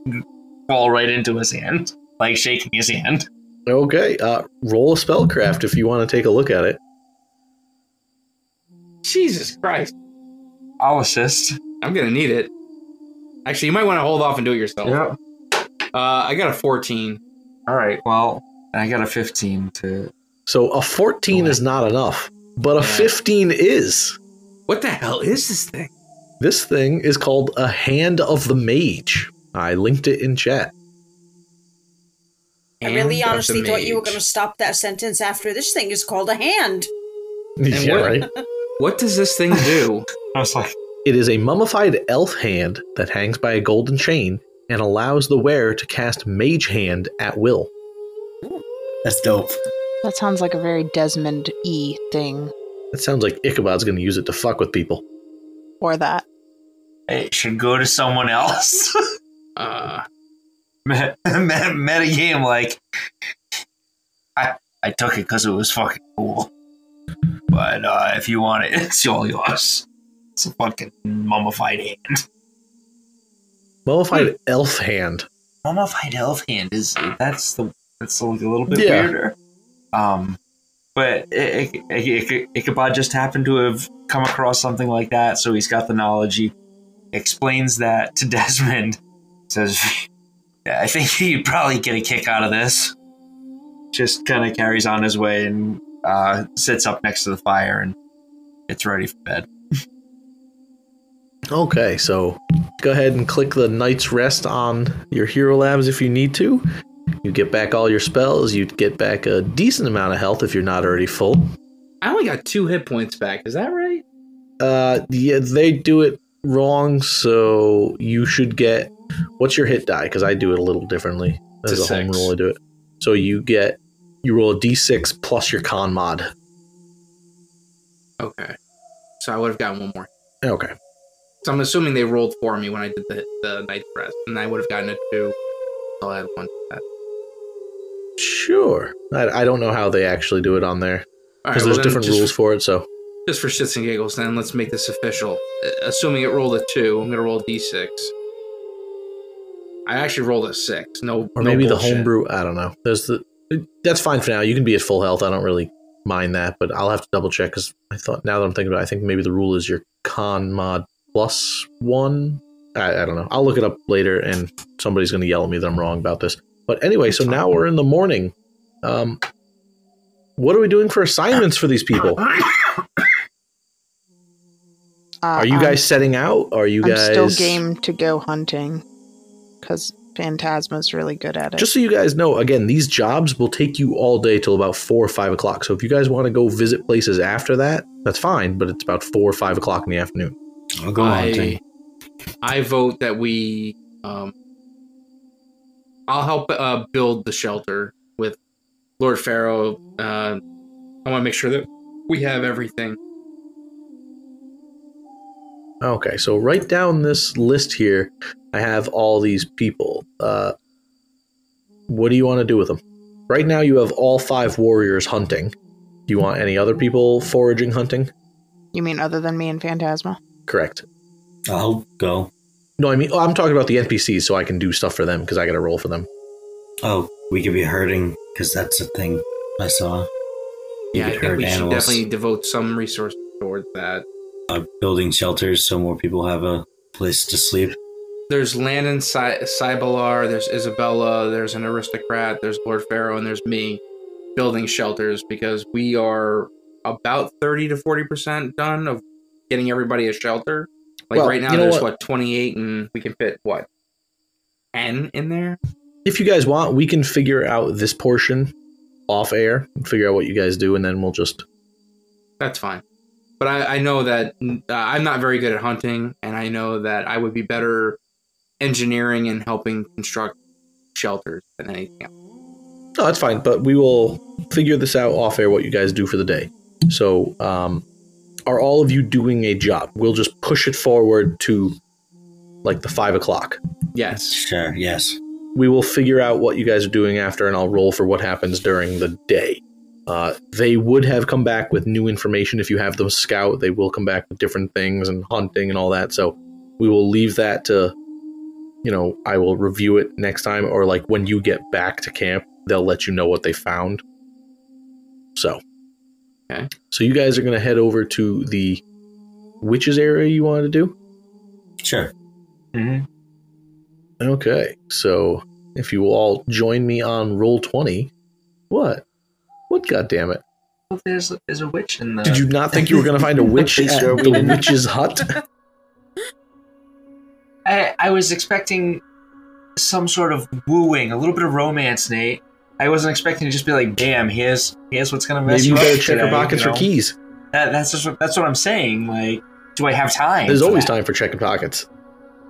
fall right into his hand, like shaking his hand. okay. Uh, roll a spellcraft if you want to take a look at it. Jesus Christ, I'll assist. I'm gonna need it. Actually, you might want to hold off and do it yourself. Uh, I got a 14. All right. Well, I got a 15 to. So a 14 is not enough, but a Yeah. 15 is. What the hell is this thing? This thing is called a Hand of the Mage. I linked it in chat. I really Hand of honestly the thought you were mage. gonna stop that sentence after this thing is called a hand. <laughs> <laughs> yeah, what- right? What does this thing do? I was like, It is a mummified elf hand that hangs by a golden chain and allows the wearer to cast Mage Hand at will. That's dope. That sounds like a very Desmond E thing. It sounds like Ichabod's going to use it to fuck with people. Or that. it should go to someone else. <laughs> Uh, met, <laughs> met, met a game like I I took it because it was fucking cool. But uh, if you want it, <laughs> it's all yours. It's a fucking mummified hand. Mummified elf hand. Mummified elf hand is that's the that's like a little bit Yeah. weirder. Um, but I- I- I- I- Ichabod just happened to have come across something like that, so he's got the knowledge. He explains that to <laughs> Desmond. Says, "I think you'd probably get a kick out of this." Just kind of carries on his way and uh, sits up next to the fire and gets ready for bed. Okay, so go ahead and click the Night's Rest on your Hero Labs if you need to. You get back all your spells. You get back a decent amount of health if you're not already full. I only got two hit points back. Is that right? Uh, yeah, they do it wrong, so you should get. What's your hit die? Because I do it a little differently. It's As a a home six. rule, I do it. So you get you roll a d6 plus your con mod. Okay. So I would have gotten one more. Okay. So I'm assuming they rolled for me when I did the, the night rest, and I would have gotten a two. So I had one. to that. Sure. I, I don't know how they actually do it on All there right, because well there's then, different just, rules for it. So Just for shits and giggles, then let's make this official. Uh, Assuming it rolled a two, I'm gonna roll a d6. I actually rolled a six. No, or no maybe the bullshit. homebrew. I don't know. There's the that's fine for now. You can be at full health. I don't really mind that, but I'll have to double check because I thought now that I'm thinking about, it, I think maybe the rule is your con mod plus one. I, I don't know. I'll look it up later, and somebody's going to yell at me that I'm wrong about this. But anyway, so now we're in the morning. Um, what are we doing for assignments for these people? Uh, Are you I'm- guys setting out? Are you I'm guys still game to go hunting because Phantasma's really good at it. Just so you guys know, again, these jobs will take you all day till about four or five o'clock. So if you guys want to go visit places after that, that's fine. But it's about four or five o'clock in the afternoon. I'll go hunting. I vote that we. Um, I'll help uh, build the shelter with Lord Pharaoh. Uh, I want to make sure that we have everything. Okay, so write down this list here. I have all these people. Uh, what do you want to do with them? Right now, you have all five warriors hunting. Do you want any other people foraging hunting? you mean other than me and Phantasma? Correct. I'll go. No, I mean, oh, I'm talking about the NPCs, so I can do stuff for them because I got to roll for them. Oh, we could be herding because that's a thing I saw. You Yeah, I could think herd we should animals. definitely devote some resource towards that. Uh, building shelters so more people have a place to sleep. There's Landon Cy- Cybalar, there's Isabella, there's an aristocrat, there's Lord Pharaoh, and there's me building shelters because we are about 30 to 40% done of getting everybody a shelter. Like Well, right now, you know there's what? what? 28, and we can fit what? 10 in there? If you guys want, we can figure out this portion off air, figure out what you guys do, and then we'll just. That's fine. But I, I know that uh, I'm not very good at hunting, and I know that I would be better engineering and helping construct shelters than anything else. No, that's fine, but we will figure this out off air what you guys do for the day. So, um, are all of you doing a job? We'll just push it forward to like the five o'clock. Yes. Sure, yes. we will figure out what you guys are doing after, and I'll roll for what happens during the day. Uh, they would have come back with new information if you have them scout. They will come back with different things and hunting and all that. So we will leave that to, you know, I will review it next time, or like when you get back to camp, they'll let you know what they found. So, Okay. So you guys are going to head over to the witches area you wanted to do? Sure. Mhm. Okay, so if you all join me on roll twenty, what? What? God damn it! Well, there's there's a witch in the. Did you not think you were going to find a witch Please, at sir, we the didn't. witch's hut? I, I was expecting some sort of wooing, a little bit of romance, Nate. I wasn't expecting to just be like, "Damn, here's here's what's gonna mess Maybe you you better up check her today," pockets you for know? keys. That, that's just what, that's what I'm saying. Like, do I have time? There's for always that? time for checking pockets.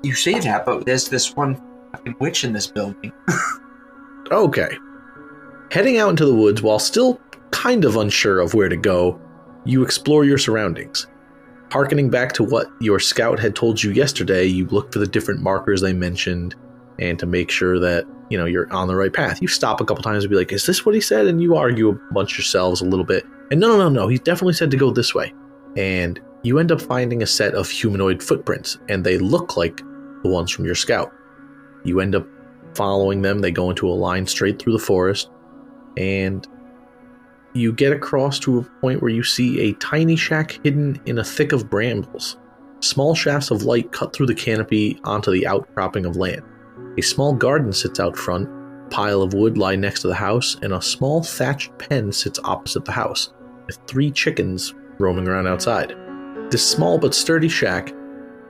You say that, but there's this one fucking witch in this building. Okay. Heading out into the woods while still kind of unsure of where to go, you explore your surroundings. Harkening back to what your scout had told you yesterday, you look for the different markers they mentioned and to make sure that, you know, you're on the right path. You stop a couple times and be like, is this what he said? And you argue a bunch yourselves a little bit. And no, no, no, no, he definitely said to go this way. And you end up finding a set of humanoid footprints, and they look like the ones from your scout. You end up following them. They go into a line straight through the forest, and you get across to a point where you see a tiny shack hidden in a thick of brambles. Small shafts of light cut through the canopy onto the outcropping of land. A small garden sits out front, a pile of wood lie next to the house, and a small thatched pen sits opposite the house, with three chickens roaming around outside. This small but sturdy shack,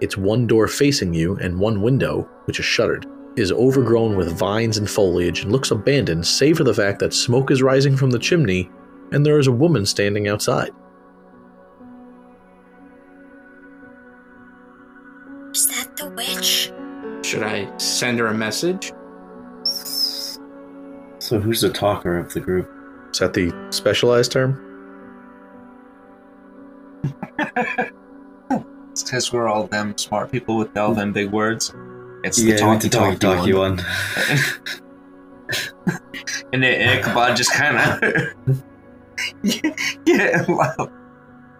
its one door facing you and one window, which is shuttered, is overgrown with vines and foliage and looks abandoned, save for the fact that smoke is rising from the chimney and there is a woman standing outside. Is that the witch? Should I send her a message? So who's the talker of the group? Is that the specialized term? It's because we're all them smart people with all them big words. It's the yeah, talky the talky talky one. talky one. And then Ichabod just kind <laughs> of. <laughs> yeah, wow.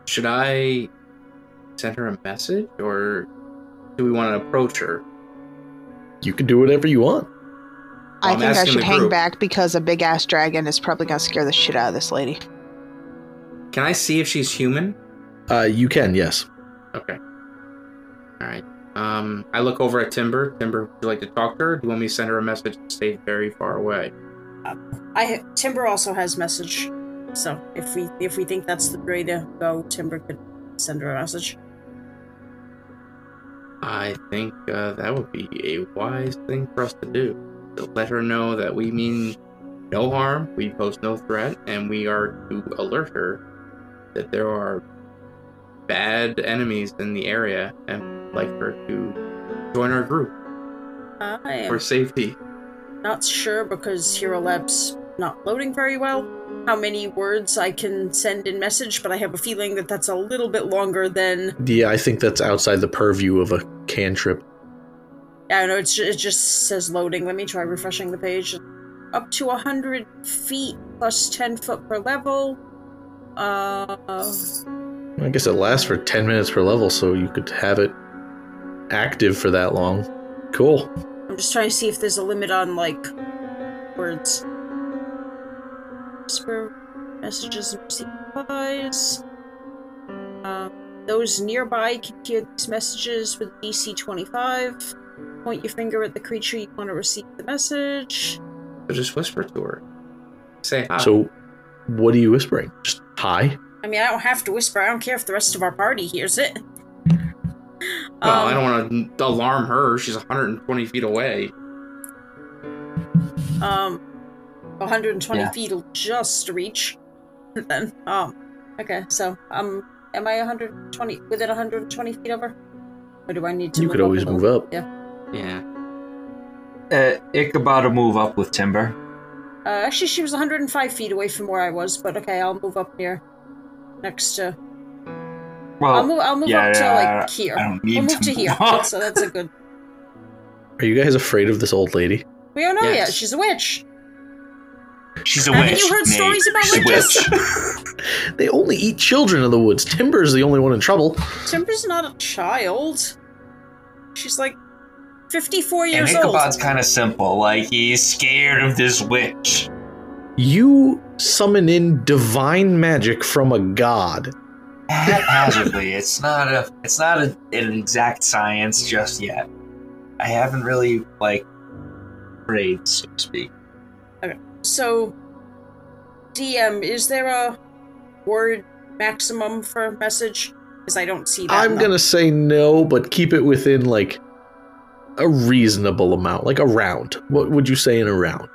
Should I send her a message or do we want to approach her? You can do whatever you want. I I'm think I asking should the hang group. back because a big ass dragon is probably gonna scare the shit out of this lady. Can I see if she's human? Uh, you can, yes. Okay. All right. Um, I look over at Timber. Timber, would you like to talk to her? Do you want me to send her a message to stay very far away? I Timber also has message, so if we if we think that's the way to go, Timber could send her a message. I think uh, that would be a wise thing for us to do. To let her know that we mean no harm, we pose no threat, and we are to alert her that there are bad enemies in the area and would like her to join our group I for am safety. not sure because Hero Lab's not loading very well. How many words I can send in message, but I have a feeling that that's a little bit longer than Yeah, I think that's outside the purview of a cantrip. I don't know. It's, it just says loading. Let me try refreshing the page. Up to 100 feet plus 10 foot per level. Uh, I guess it lasts for 10 minutes per level, so you could have it active for that long. Cool. I'm just trying to see if there's a limit on, like, words. Whisper messages and replies. Um, those nearby can hear these messages with DC 25. Point your finger at the creature you want to receive the message. So just whisper to her. Say hi. So, what are you whispering? Just hi? I mean, I don't have to whisper. I don't care if the rest of our party hears it. well, I Um, don't want to alarm her. She's 120 feet away. um 120 Yeah. feet will just reach <laughs> then um okay so um am i 120 within 120 feet over or do i need to You move could up a always little? move up. Yeah. Uh, Ichabod will move up with Timber. uh, actually she was 105 feet away from where i was but okay i'll move up near next to Well, i'll move i'll move Oh, yeah, up to yeah, like here I don't need we'll move to to here move. so that's a good Are you guys afraid of this old lady? we don't know yet Yes. she's a witch <laughs> she's a Haven't witch. you heard Nate. stories about She's a witches? witch. They only eat children of the woods. Timber's the only one in trouble. timber's not a child she's like 54 and years old Ichabod's kind of simple. Like he's scared of this witch. You summon in divine magic from a god. haphazardly. It's not a it's not a, an exact science just yet. I haven't really like prayed, so to speak. So, DM, is there a word maximum for message? Because I don't see that. I'm in the- gonna say no, but keep it within like a reasonable amount, like a round. What would you say in a round?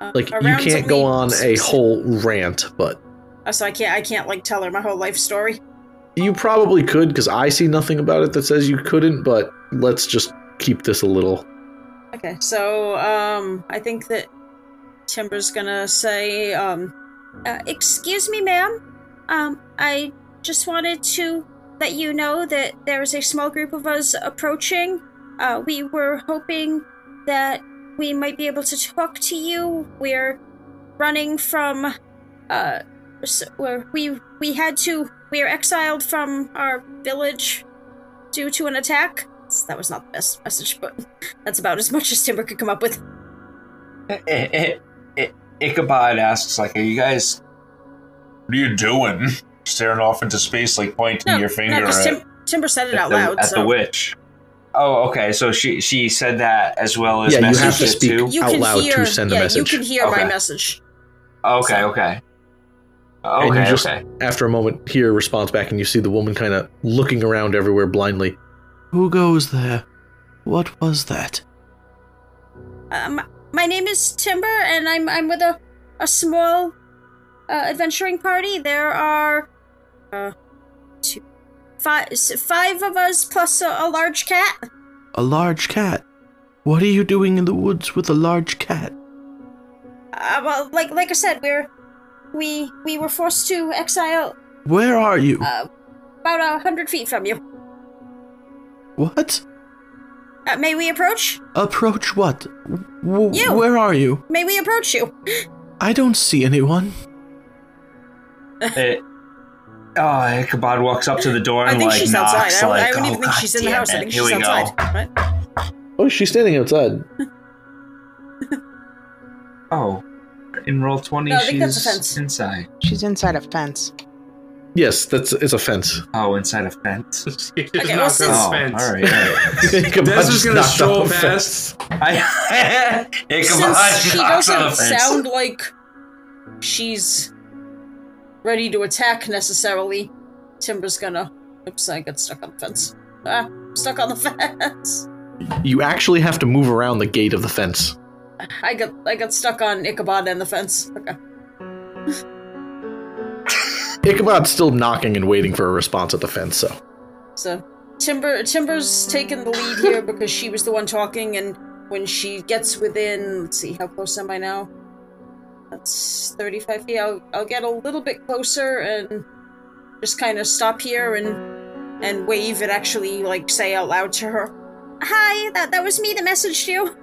uh, Like you around's can't go only on a six- whole rant, but Oh, so I can't. I can't like tell her my whole life story. you probably could because I see nothing about it that says you couldn't. But let's just keep this a little. Okay. So, um, I think that Timber's gonna say, um, Uh, excuse me, ma'am. Um, I just wanted to let you know that there is a small group of us approaching. Uh, we were hoping that we might be able to talk to you. We're running from. Uh, s- we're, we we had to. We are exiled from our village due to an attack. S- That was not the best message, but <laughs> that's about as much as Timber could come up with. I- I- I- Ichabod asks, like, "Are you guys?" What are <laughs> you doing? Staring off into space, like pointing no, your no, finger because at. Tim- Timber said it uh, at out the, loud. at so the witch. Oh, okay. So she she said that as well as Yeah, you have message to it speak. too. you out can loud to hear. send the yeah, message. you can hear my Okay. message. Okay, okay, okay, and you just okay. after a moment hear a response back, and you see the woman kind of looking around everywhere blindly. Who goes there? What was that? Uh, Um, my name is Timber, and I'm I'm with a a small uh, adventuring party. There are uh, two, five, five of us plus a, a large cat. A large cat. What are you doing in the woods with a large cat? Uh, well, like like I said, we're we we were forced to exile Where are you? uh, about a hundred feet from you. What? Uh, may we approach? Approach what? W- You. Where are you? May we approach you? I don't see anyone. <laughs> It, oh, Ichabod walks up to the door and I think like she's knocks, outside. I don't, like, I don't oh, even think God she's in the damn house. It. I think Here she's we go. outside. Right? Oh, she's standing outside. Oh, in roll twenty, No, I think that's she's offense. inside. She's inside a fence. Yes, that's it's a fence. Oh, inside a fence. <laughs> She just Okay, knocked what's on the this? fence. oh, all right. <laughs> All <laughs> right. Ichabod Des just is gonna knocked stroll off a fence. past. <laughs> I, Ichabod <laughs> Since she knocks on the doesn't fence. sound like she's ready to attack necessarily, Timber's gonna. Oops, I got stuck on the fence. Ah, stuck on the <laughs> fence. You actually have to move around the gate of the fence. I got I got stuck on Ichabod and the fence. Okay. Ichabod's still knocking and waiting for a response at the fence, so. So Timber Timber's taking the lead here because she was the one talking, and when she gets within, let's see, how close am I now? That's thirty-five feet. I'll I'll get a little bit closer and just kind of stop here and and wave and actually like say out loud to her. Hi, that, that was me that <laughs> messaged you.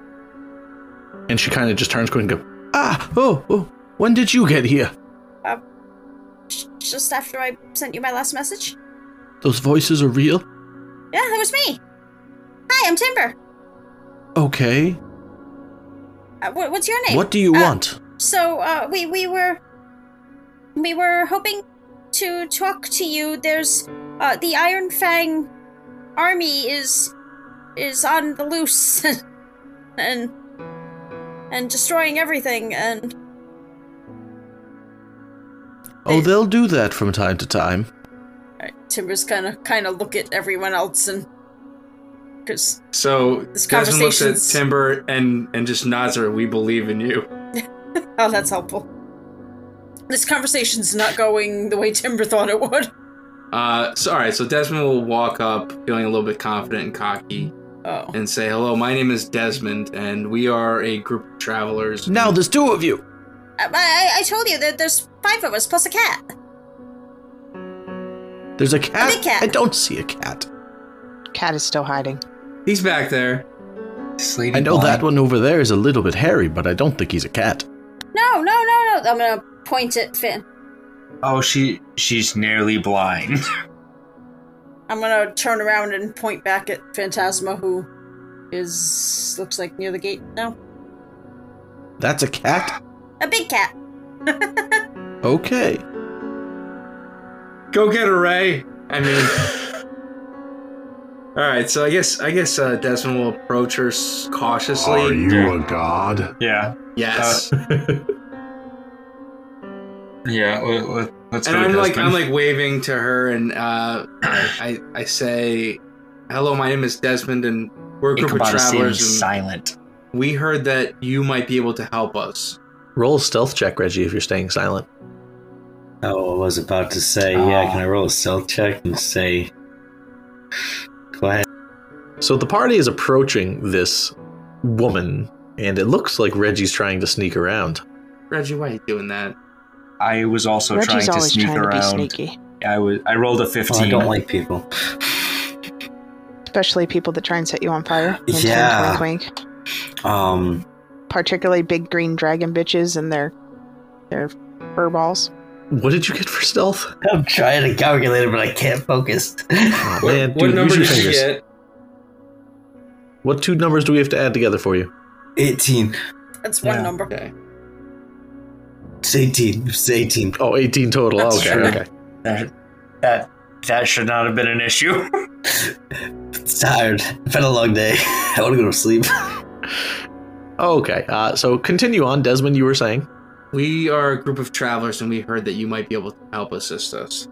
And she kind of just turns quick and goes, Ah, oh, oh, when did you get here? J- Just after I sent you my last message. Those voices are real? Yeah, that was me. Hi, I'm Timber. Okay. Uh, wh- what's your name? What do you Uh, want? So uh, we we were we were hoping to talk to you. There's uh, the Iron Fang army is is on the loose <laughs> and and destroying everything. And Oh, they'll do that from time to time. Alright, Timber's kind of kind of look at everyone else and because So This Desmond looks at conversation's- Timber and and just nods her. We believe in you. oh, that's helpful. This conversation's not going the way Timber thought it would. Uh, so all right. So Desmond will walk up, feeling a little bit confident and cocky, Oh, and say, "Hello, my name is Desmond, and we are a group of travelers." Now there's two of you. I I, I told you that there's five of us plus a cat. There's a cat. big cat. I don't see a cat. Cat is still hiding. He's back there. Sleeping I know that one over there is a little bit hairy, but I don't think he's a cat. No, no, no, no. I'm gonna point at Finn. Oh, she she's nearly blind. <laughs> I'm gonna turn around and point back at Phantasma, who is looks like near the gate now. That's a cat? A big cat. Okay. Go get her, Ray. I mean. <laughs> All right, so I guess I guess uh, Desmond will approach her s- cautiously. Are you a god? yeah, Yes, yeah. Let, let, let's and go. I'm to like I'm Desmond. like waving to her, and uh, I, I I say, "Hello, my name is Desmond, and we're a group Ichabod of is sitting travelers, and silent. we heard that you might be able to help us." Roll a stealth check, Reggie, if you're staying silent. <laughs> Oh, I was about to say, yeah, Oh. can I roll a stealth check and say, go ahead. So the party is approaching this woman, and it looks like Reggie's trying to sneak around. Reggie, why are you doing that? I was also Reggie's trying to always sneak trying around. to be sneaky, I was. I rolled a Well, fifteen. I don't like people. especially people that try and set you on fire. Wink, wink, Yeah. wink, wink. Um, Particularly big green dragon bitches and their their fur balls. What did you get for stealth? I'm trying to calculate it, but I can't focus. Oh, Ah. <laughs> What- man, what dude, number use your did she fingers. get? What two numbers do we have to add together for you? 18. That's one Yeah. number. Okay. It's 18. It's 18. Oh, 18 total. That's okay, true. okay. that, that. That should not have been an issue. <laughs> It's tired. I've had a long day. <laughs> I want to go to sleep. Okay, uh, so continue on. Desmond, you were saying? We are a group of travelers, and we heard that you might be able to help assist us.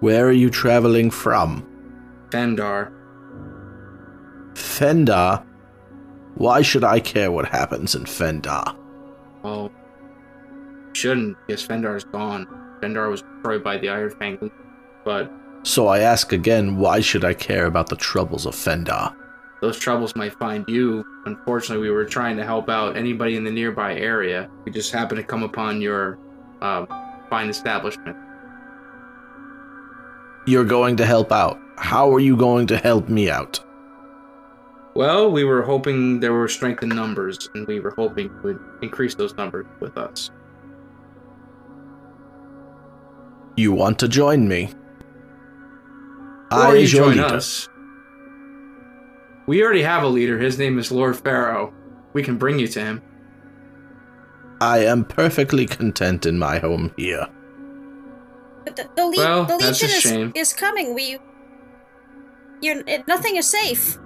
Where are you traveling from? Fendar, Fendar? Why should I care what happens in Fendar? well, you shouldn't because Fendar's gone. Fendar was destroyed by the Iron Fang, but So I ask again, why should I care about the troubles of Fendar? those troubles might find you. Unfortunately, we were trying to help out anybody in the nearby area. We just happened to come upon your um, fine establishment. You're going to help out. How are you going to help me out? Well, we were hoping there were strength in numbers, and we were hoping you would increase those numbers with us. You want to join me? Or you is your join leader. us. We already have a leader. His name is Lord Pharaoh. We can bring you to him. I am perfectly content in my home here. But the, the, le- Well, the that's Legion a is, shame. is coming. We, you're it, nothing is safe.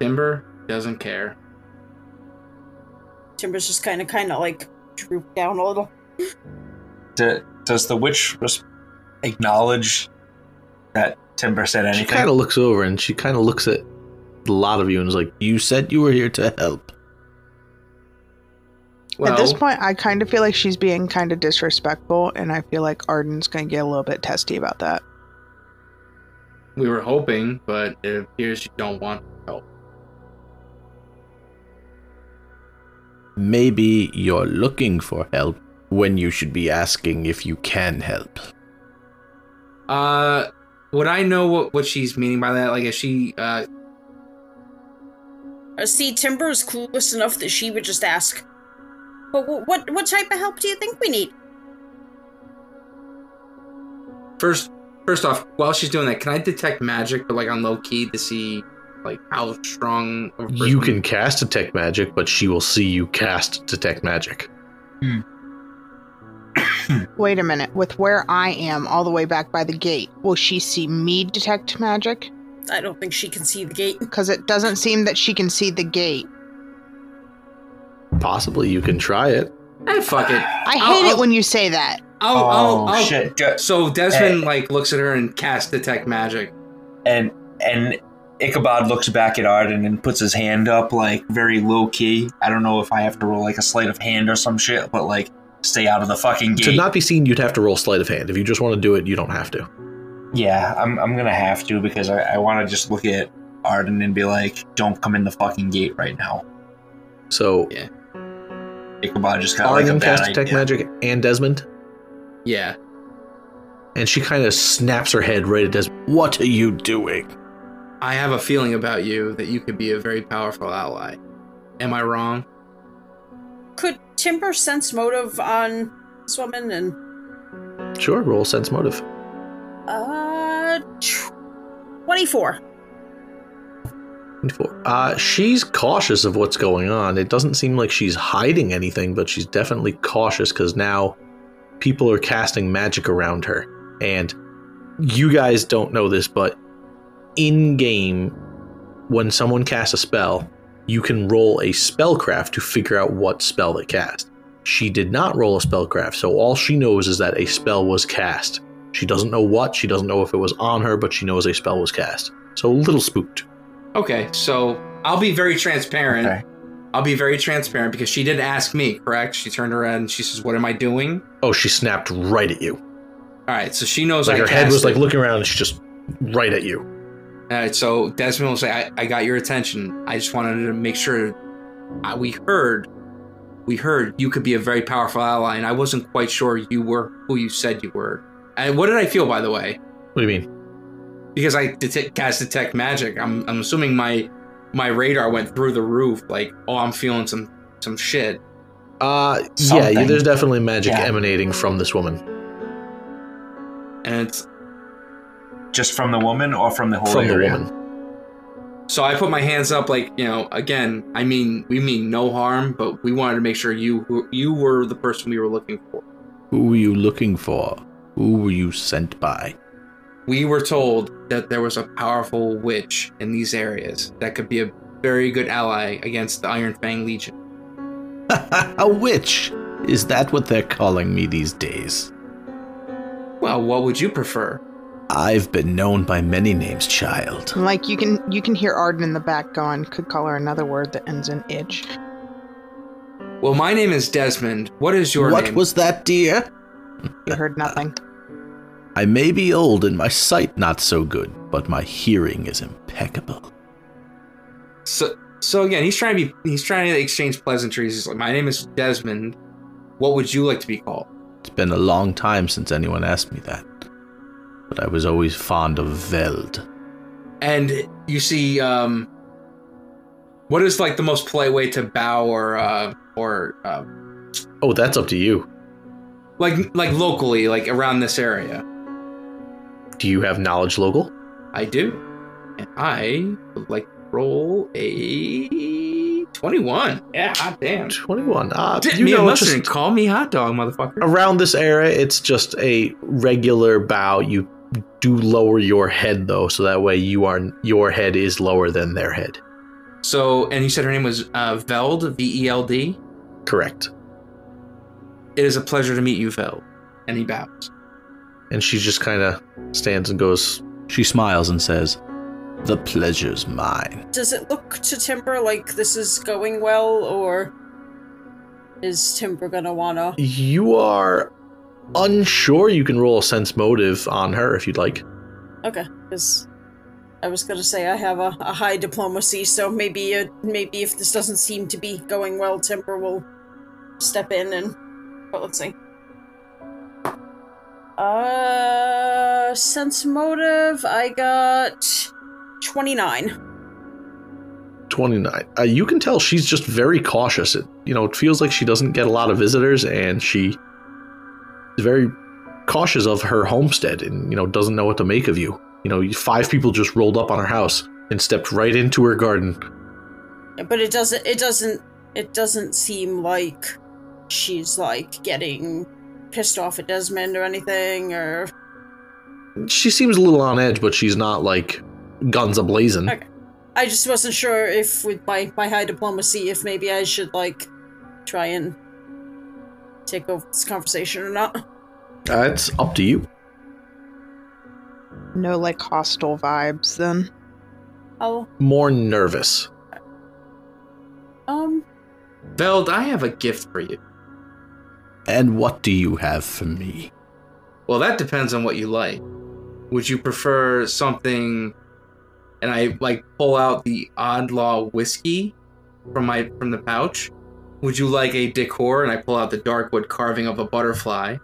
Timber doesn't care. Timber's just kind of kind of like droop down a little. Do, does the witch res- acknowledge that Timber said She kind anything? of looks over and she kind of looks at a lot of you and is like, You said you were here to help. Well, At this point, I kind of feel like she's being kind of disrespectful, and I feel like Arden's going to get a little bit testy about that. we were hoping, but it appears you don't want help. Maybe you're looking for help when you should be asking if you can help. Uh, would I know what what she's meaning by that? Like, is she uh Uh, see, Timber is clueless enough that she would just ask. But wh- what what type of help do you think we need? first first off while she's doing that? Can I detect magic, but like on low key to see like how strong of a You person- can cast detect magic, but she will see you cast detect magic. Wait a minute. With where I am, all the way back by the gate, will she see me detect magic? I don't think she can see the gate. Because it doesn't seem that she can see the gate. Possibly you can try it. Eh, fuck it. I hate I'll- it I'll- when you say that. Oh, Oh, oh, oh, shit. Go- So Desmond like looks at her and casts detect magic. And and Ichabod looks back at Arden and puts his hand up like very low key. I don't know if I have to roll like a sleight of hand or some shit, but like stay out of the fucking To gate. not be seen, you'd have to roll sleight of hand. If you just want to do it, you don't have to. yeah, I'm I'm gonna have to because I, I wanna just look at Arden and be like, Don't come in the fucking gate right now. So, Yeah. Ichabod just got like Arden a bad cast idea. detect magic and Desmond, Yeah. and she kind of snaps her head right at Desmond. What are you doing? I have a feeling about you that you could be a very powerful ally. Am I wrong? Could Timber sense motive on this woman and Sure, roll sense motive. uh tw- twenty-four? 24. Uh, she's cautious of what's going on. It doesn't seem like she's hiding anything, but she's definitely cautious because now people are casting magic around her. And you guys don't know this, but in game, when someone casts a spell, you can roll a spellcraft to figure out what spell they cast. She did not roll a spellcraft, so all she knows is that a spell was cast. She doesn't know what, she doesn't know if it was on her, but she knows a spell was cast. So a little spooked. Okay, so I'll be very transparent. Okay. I'll be very transparent because she did ask me, correct? She turned around and she says, What am I doing? Oh, she snapped right at you. Alright, so she knows like I her head cast was like it. looking around and she's just right at you. Alright, so Desmond will say, I, I got your attention. I just wanted to make sure I, we heard we heard you could be a very powerful ally, and I wasn't quite sure you were who you said you were. And what did I feel by the way? What do you mean? because I detect, cast detect magic. I'm I'm assuming my my radar went through the roof. Like, oh, I'm feeling some some shit. Uh yeah, Something. there's definitely magic Yeah. emanating from this woman. And it's Just from the woman or from the whole From the area? woman. so I put my hands up, like you know. Again, I mean, we mean no harm, but we wanted to make sure you you were the person we were looking for. Who were you looking for? Who were you sent by? <laughs> We were told that there was a powerful witch in these areas that could be a very good ally against the Iron Fang Legion. a witch! Is that what they're calling me these days? Well, what would you prefer? I've been known by many names, child. And, Like you can you can hear Arden in the back going, could call her another word that ends in itch. Well, my name is Desmond. What is your what name? was that, dear? You heard nothing. I may be old and my sight not so good, but my hearing is impeccable. So, so again, he's trying to be, he's trying to exchange pleasantries. He's like, my name is Desmond. What would you like to be called? It's been a long time since anyone asked me that, but I was always fond of Veld. And you see, um, what is like the most polite way to bow or, uh, or, uh, Oh, that's up to you. like, like locally, like around this area? Do you have knowledge local? I do. And I would like to roll a 21. Yeah, hot damn. 21. Ah, Dip you me a know, it's mustard just and call me hot dog, motherfucker. around this area, it's just a regular bow. You do lower your head though, so that way you are your head is lower than their head. So, and you said her name was, uh, Veld, V E L D. Correct. It is a pleasure to meet you, Veld. And he bows. And she just kind of stands and goes, She smiles and says, The pleasure's mine. Does it look to Timber like this is going well, or is Timber gonna wanna? You are unsure. You can roll a sense motive on her if you'd like. Okay, because I was gonna say I have a, a high diplomacy, so maybe uh maybe if this doesn't seem to be going well, Timber will step in and. But let's see. Uh, sense motive. I got twenty nine. 29. Uh, you can tell she's just very cautious. It, you know, it feels like she doesn't get a lot of visitors and she is very cautious of her homestead and, you know, doesn't know what to make of you. You know, five people just rolled up on her house and stepped right into her garden. But it doesn't. It doesn't. It doesn't seem like she's like getting pissed off at Desmond or anything. Or She seems a little on edge, but she's not like guns ablazing. Okay. I just wasn't sure if with my my high diplomacy, if maybe I should like try and take over this conversation or not. That's up to you. No, like, hostile vibes then. I'll More nervous. um. Veld, I have a gift for you. And what do you have for me? Well, that depends on what you like. Would you prefer something? And I like pull out the Odd Law whiskey from my from the pouch. Would you like a decor? And I pull out the Darkwood carving of a butterfly.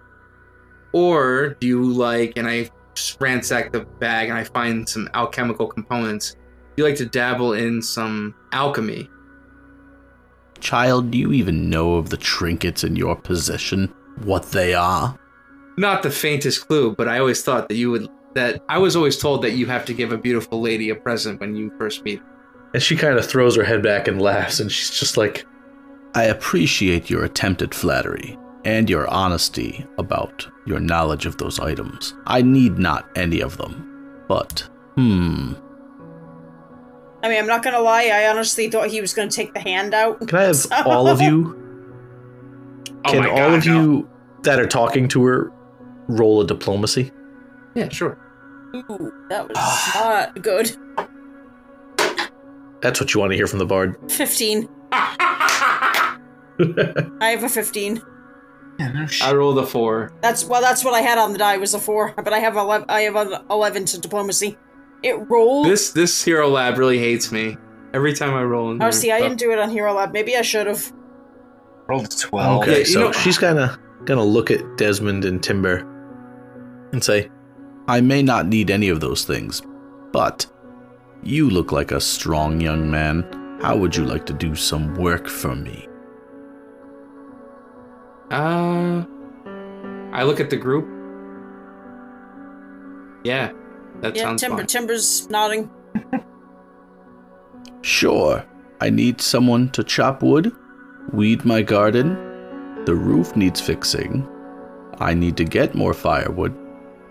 Or do you like? And I just ransack the bag and I find some alchemical components. Do you like to dabble in some alchemy? Child, do you even know of the trinkets in your possession? What they are? Not the faintest clue, but I always thought that you would. That I was always told that you have to give a beautiful lady a present when you first meet. her. And she kind of throws her head back and laughs, and she's just like, I appreciate your attempt at flattery and your honesty about your knowledge of those items. I need not any of them. But, hmm, I mean, I'm not gonna lie. I honestly thought he was gonna take the hand out. Can I have all of you? <laughs> Oh Can my all God, of no. you that are talking to her roll a diplomacy? Yeah, sure. Ooh, that was not good. That's what you want to hear from the bard. Fifteen. I have a fifteen. I rolled a four. That's well. That's what I had on the die was a four, but I have eleven. I have an eleven to diplomacy. It rolled. This this hero lab really hates me. Every time I roll. in oh, there. see, I didn't do it on Hero Lab. Maybe I should have. Rolled a 12. Okay, Yeah, <clears throat> you so know- she's kind of gonna look at Desmond and Timber and say, I may not need any of those things, but you look like a strong young man. How would you like to do some work for me? Uh, I look at the group. Yeah, that Yeah, sounds Timber. fine. Timber's nodding. Sure, I need someone to chop wood, weed my garden, the roof needs fixing, I need to get more firewood,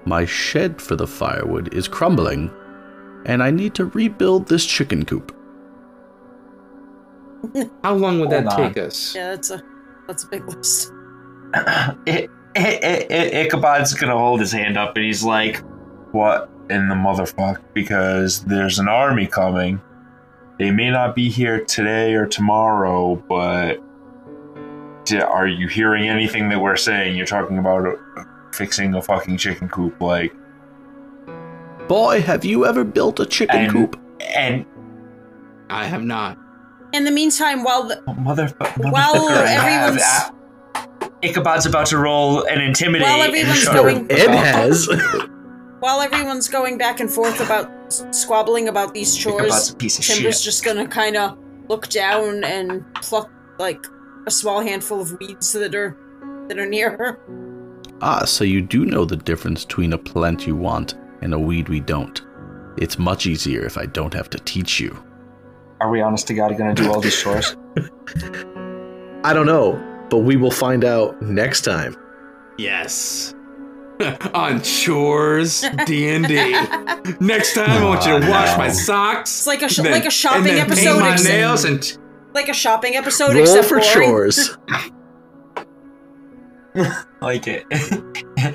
my shed for the firewood is crumbling, and I need to rebuild this chicken coop. How long would that Hold on. take us? Yeah, that's a that's a big list. I- I- I- Ichabod's gonna hold his hand up and he's like, What in the motherfuck? Because there's an army coming. They may not be here today or tomorrow, but d- are you hearing anything that we're saying? You're talking about uh, fixing a fucking chicken coop, like, Boy, have you ever built a chicken And- coop? and I have not. In the meantime, while the, motherfucker. While motherfucker, I have- everyone's- I- Ichabod's about to roll an intimidate. While and everyone's shut going- her Ed up. has. while everyone's going back and forth about s- squabbling about these Ichabod's chores, a piece of Timber's shit. just gonna kind of look down and pluck like a small handful of weeds that are that are near her. <laughs> Ah, so you do know the difference between a plant you want and a weed we don't. It's much easier if I don't have to teach you. Are we honest to God gonna do all these <laughs> chores? I don't know, but we will find out next time. Yes. <laughs> On <laughs> chores D and D. Next time, I want you to Oh, wash no. my socks. It's like a sh- and then- like a shopping and then episode, Paint my except- nails and Like a shopping episode, Roll except for boring. chores. like it.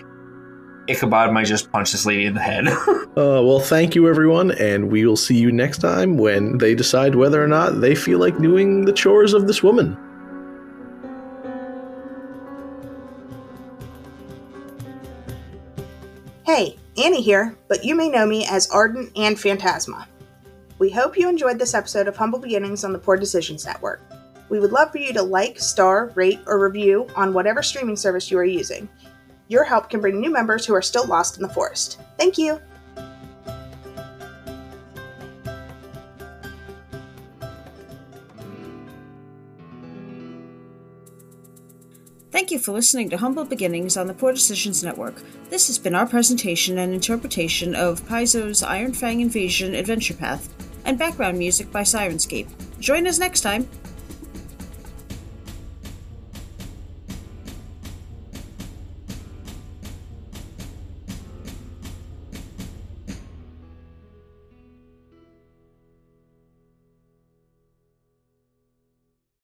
<laughs> Ichabod might just punch this lady in the head. <laughs> Uh, well, thank you, everyone, and we will see you next time when they decide whether or not they feel like doing the chores of this woman. Hey, Annie here, but you may know me as Arden and Phantasma. We hope you enjoyed this episode of Humble Beginnings on the Poor Decisions Network. We would love for you to like, star, rate, or review on whatever streaming service you are using. Your help can bring new members who are still lost in the forest. Thank you! Thank you for listening to Humble Beginnings on the Poor Decisions Network. This has been our presentation and interpretation of Paizo's Iron Fang Invasion Adventure Path and background music by Sirenscape. Join us next time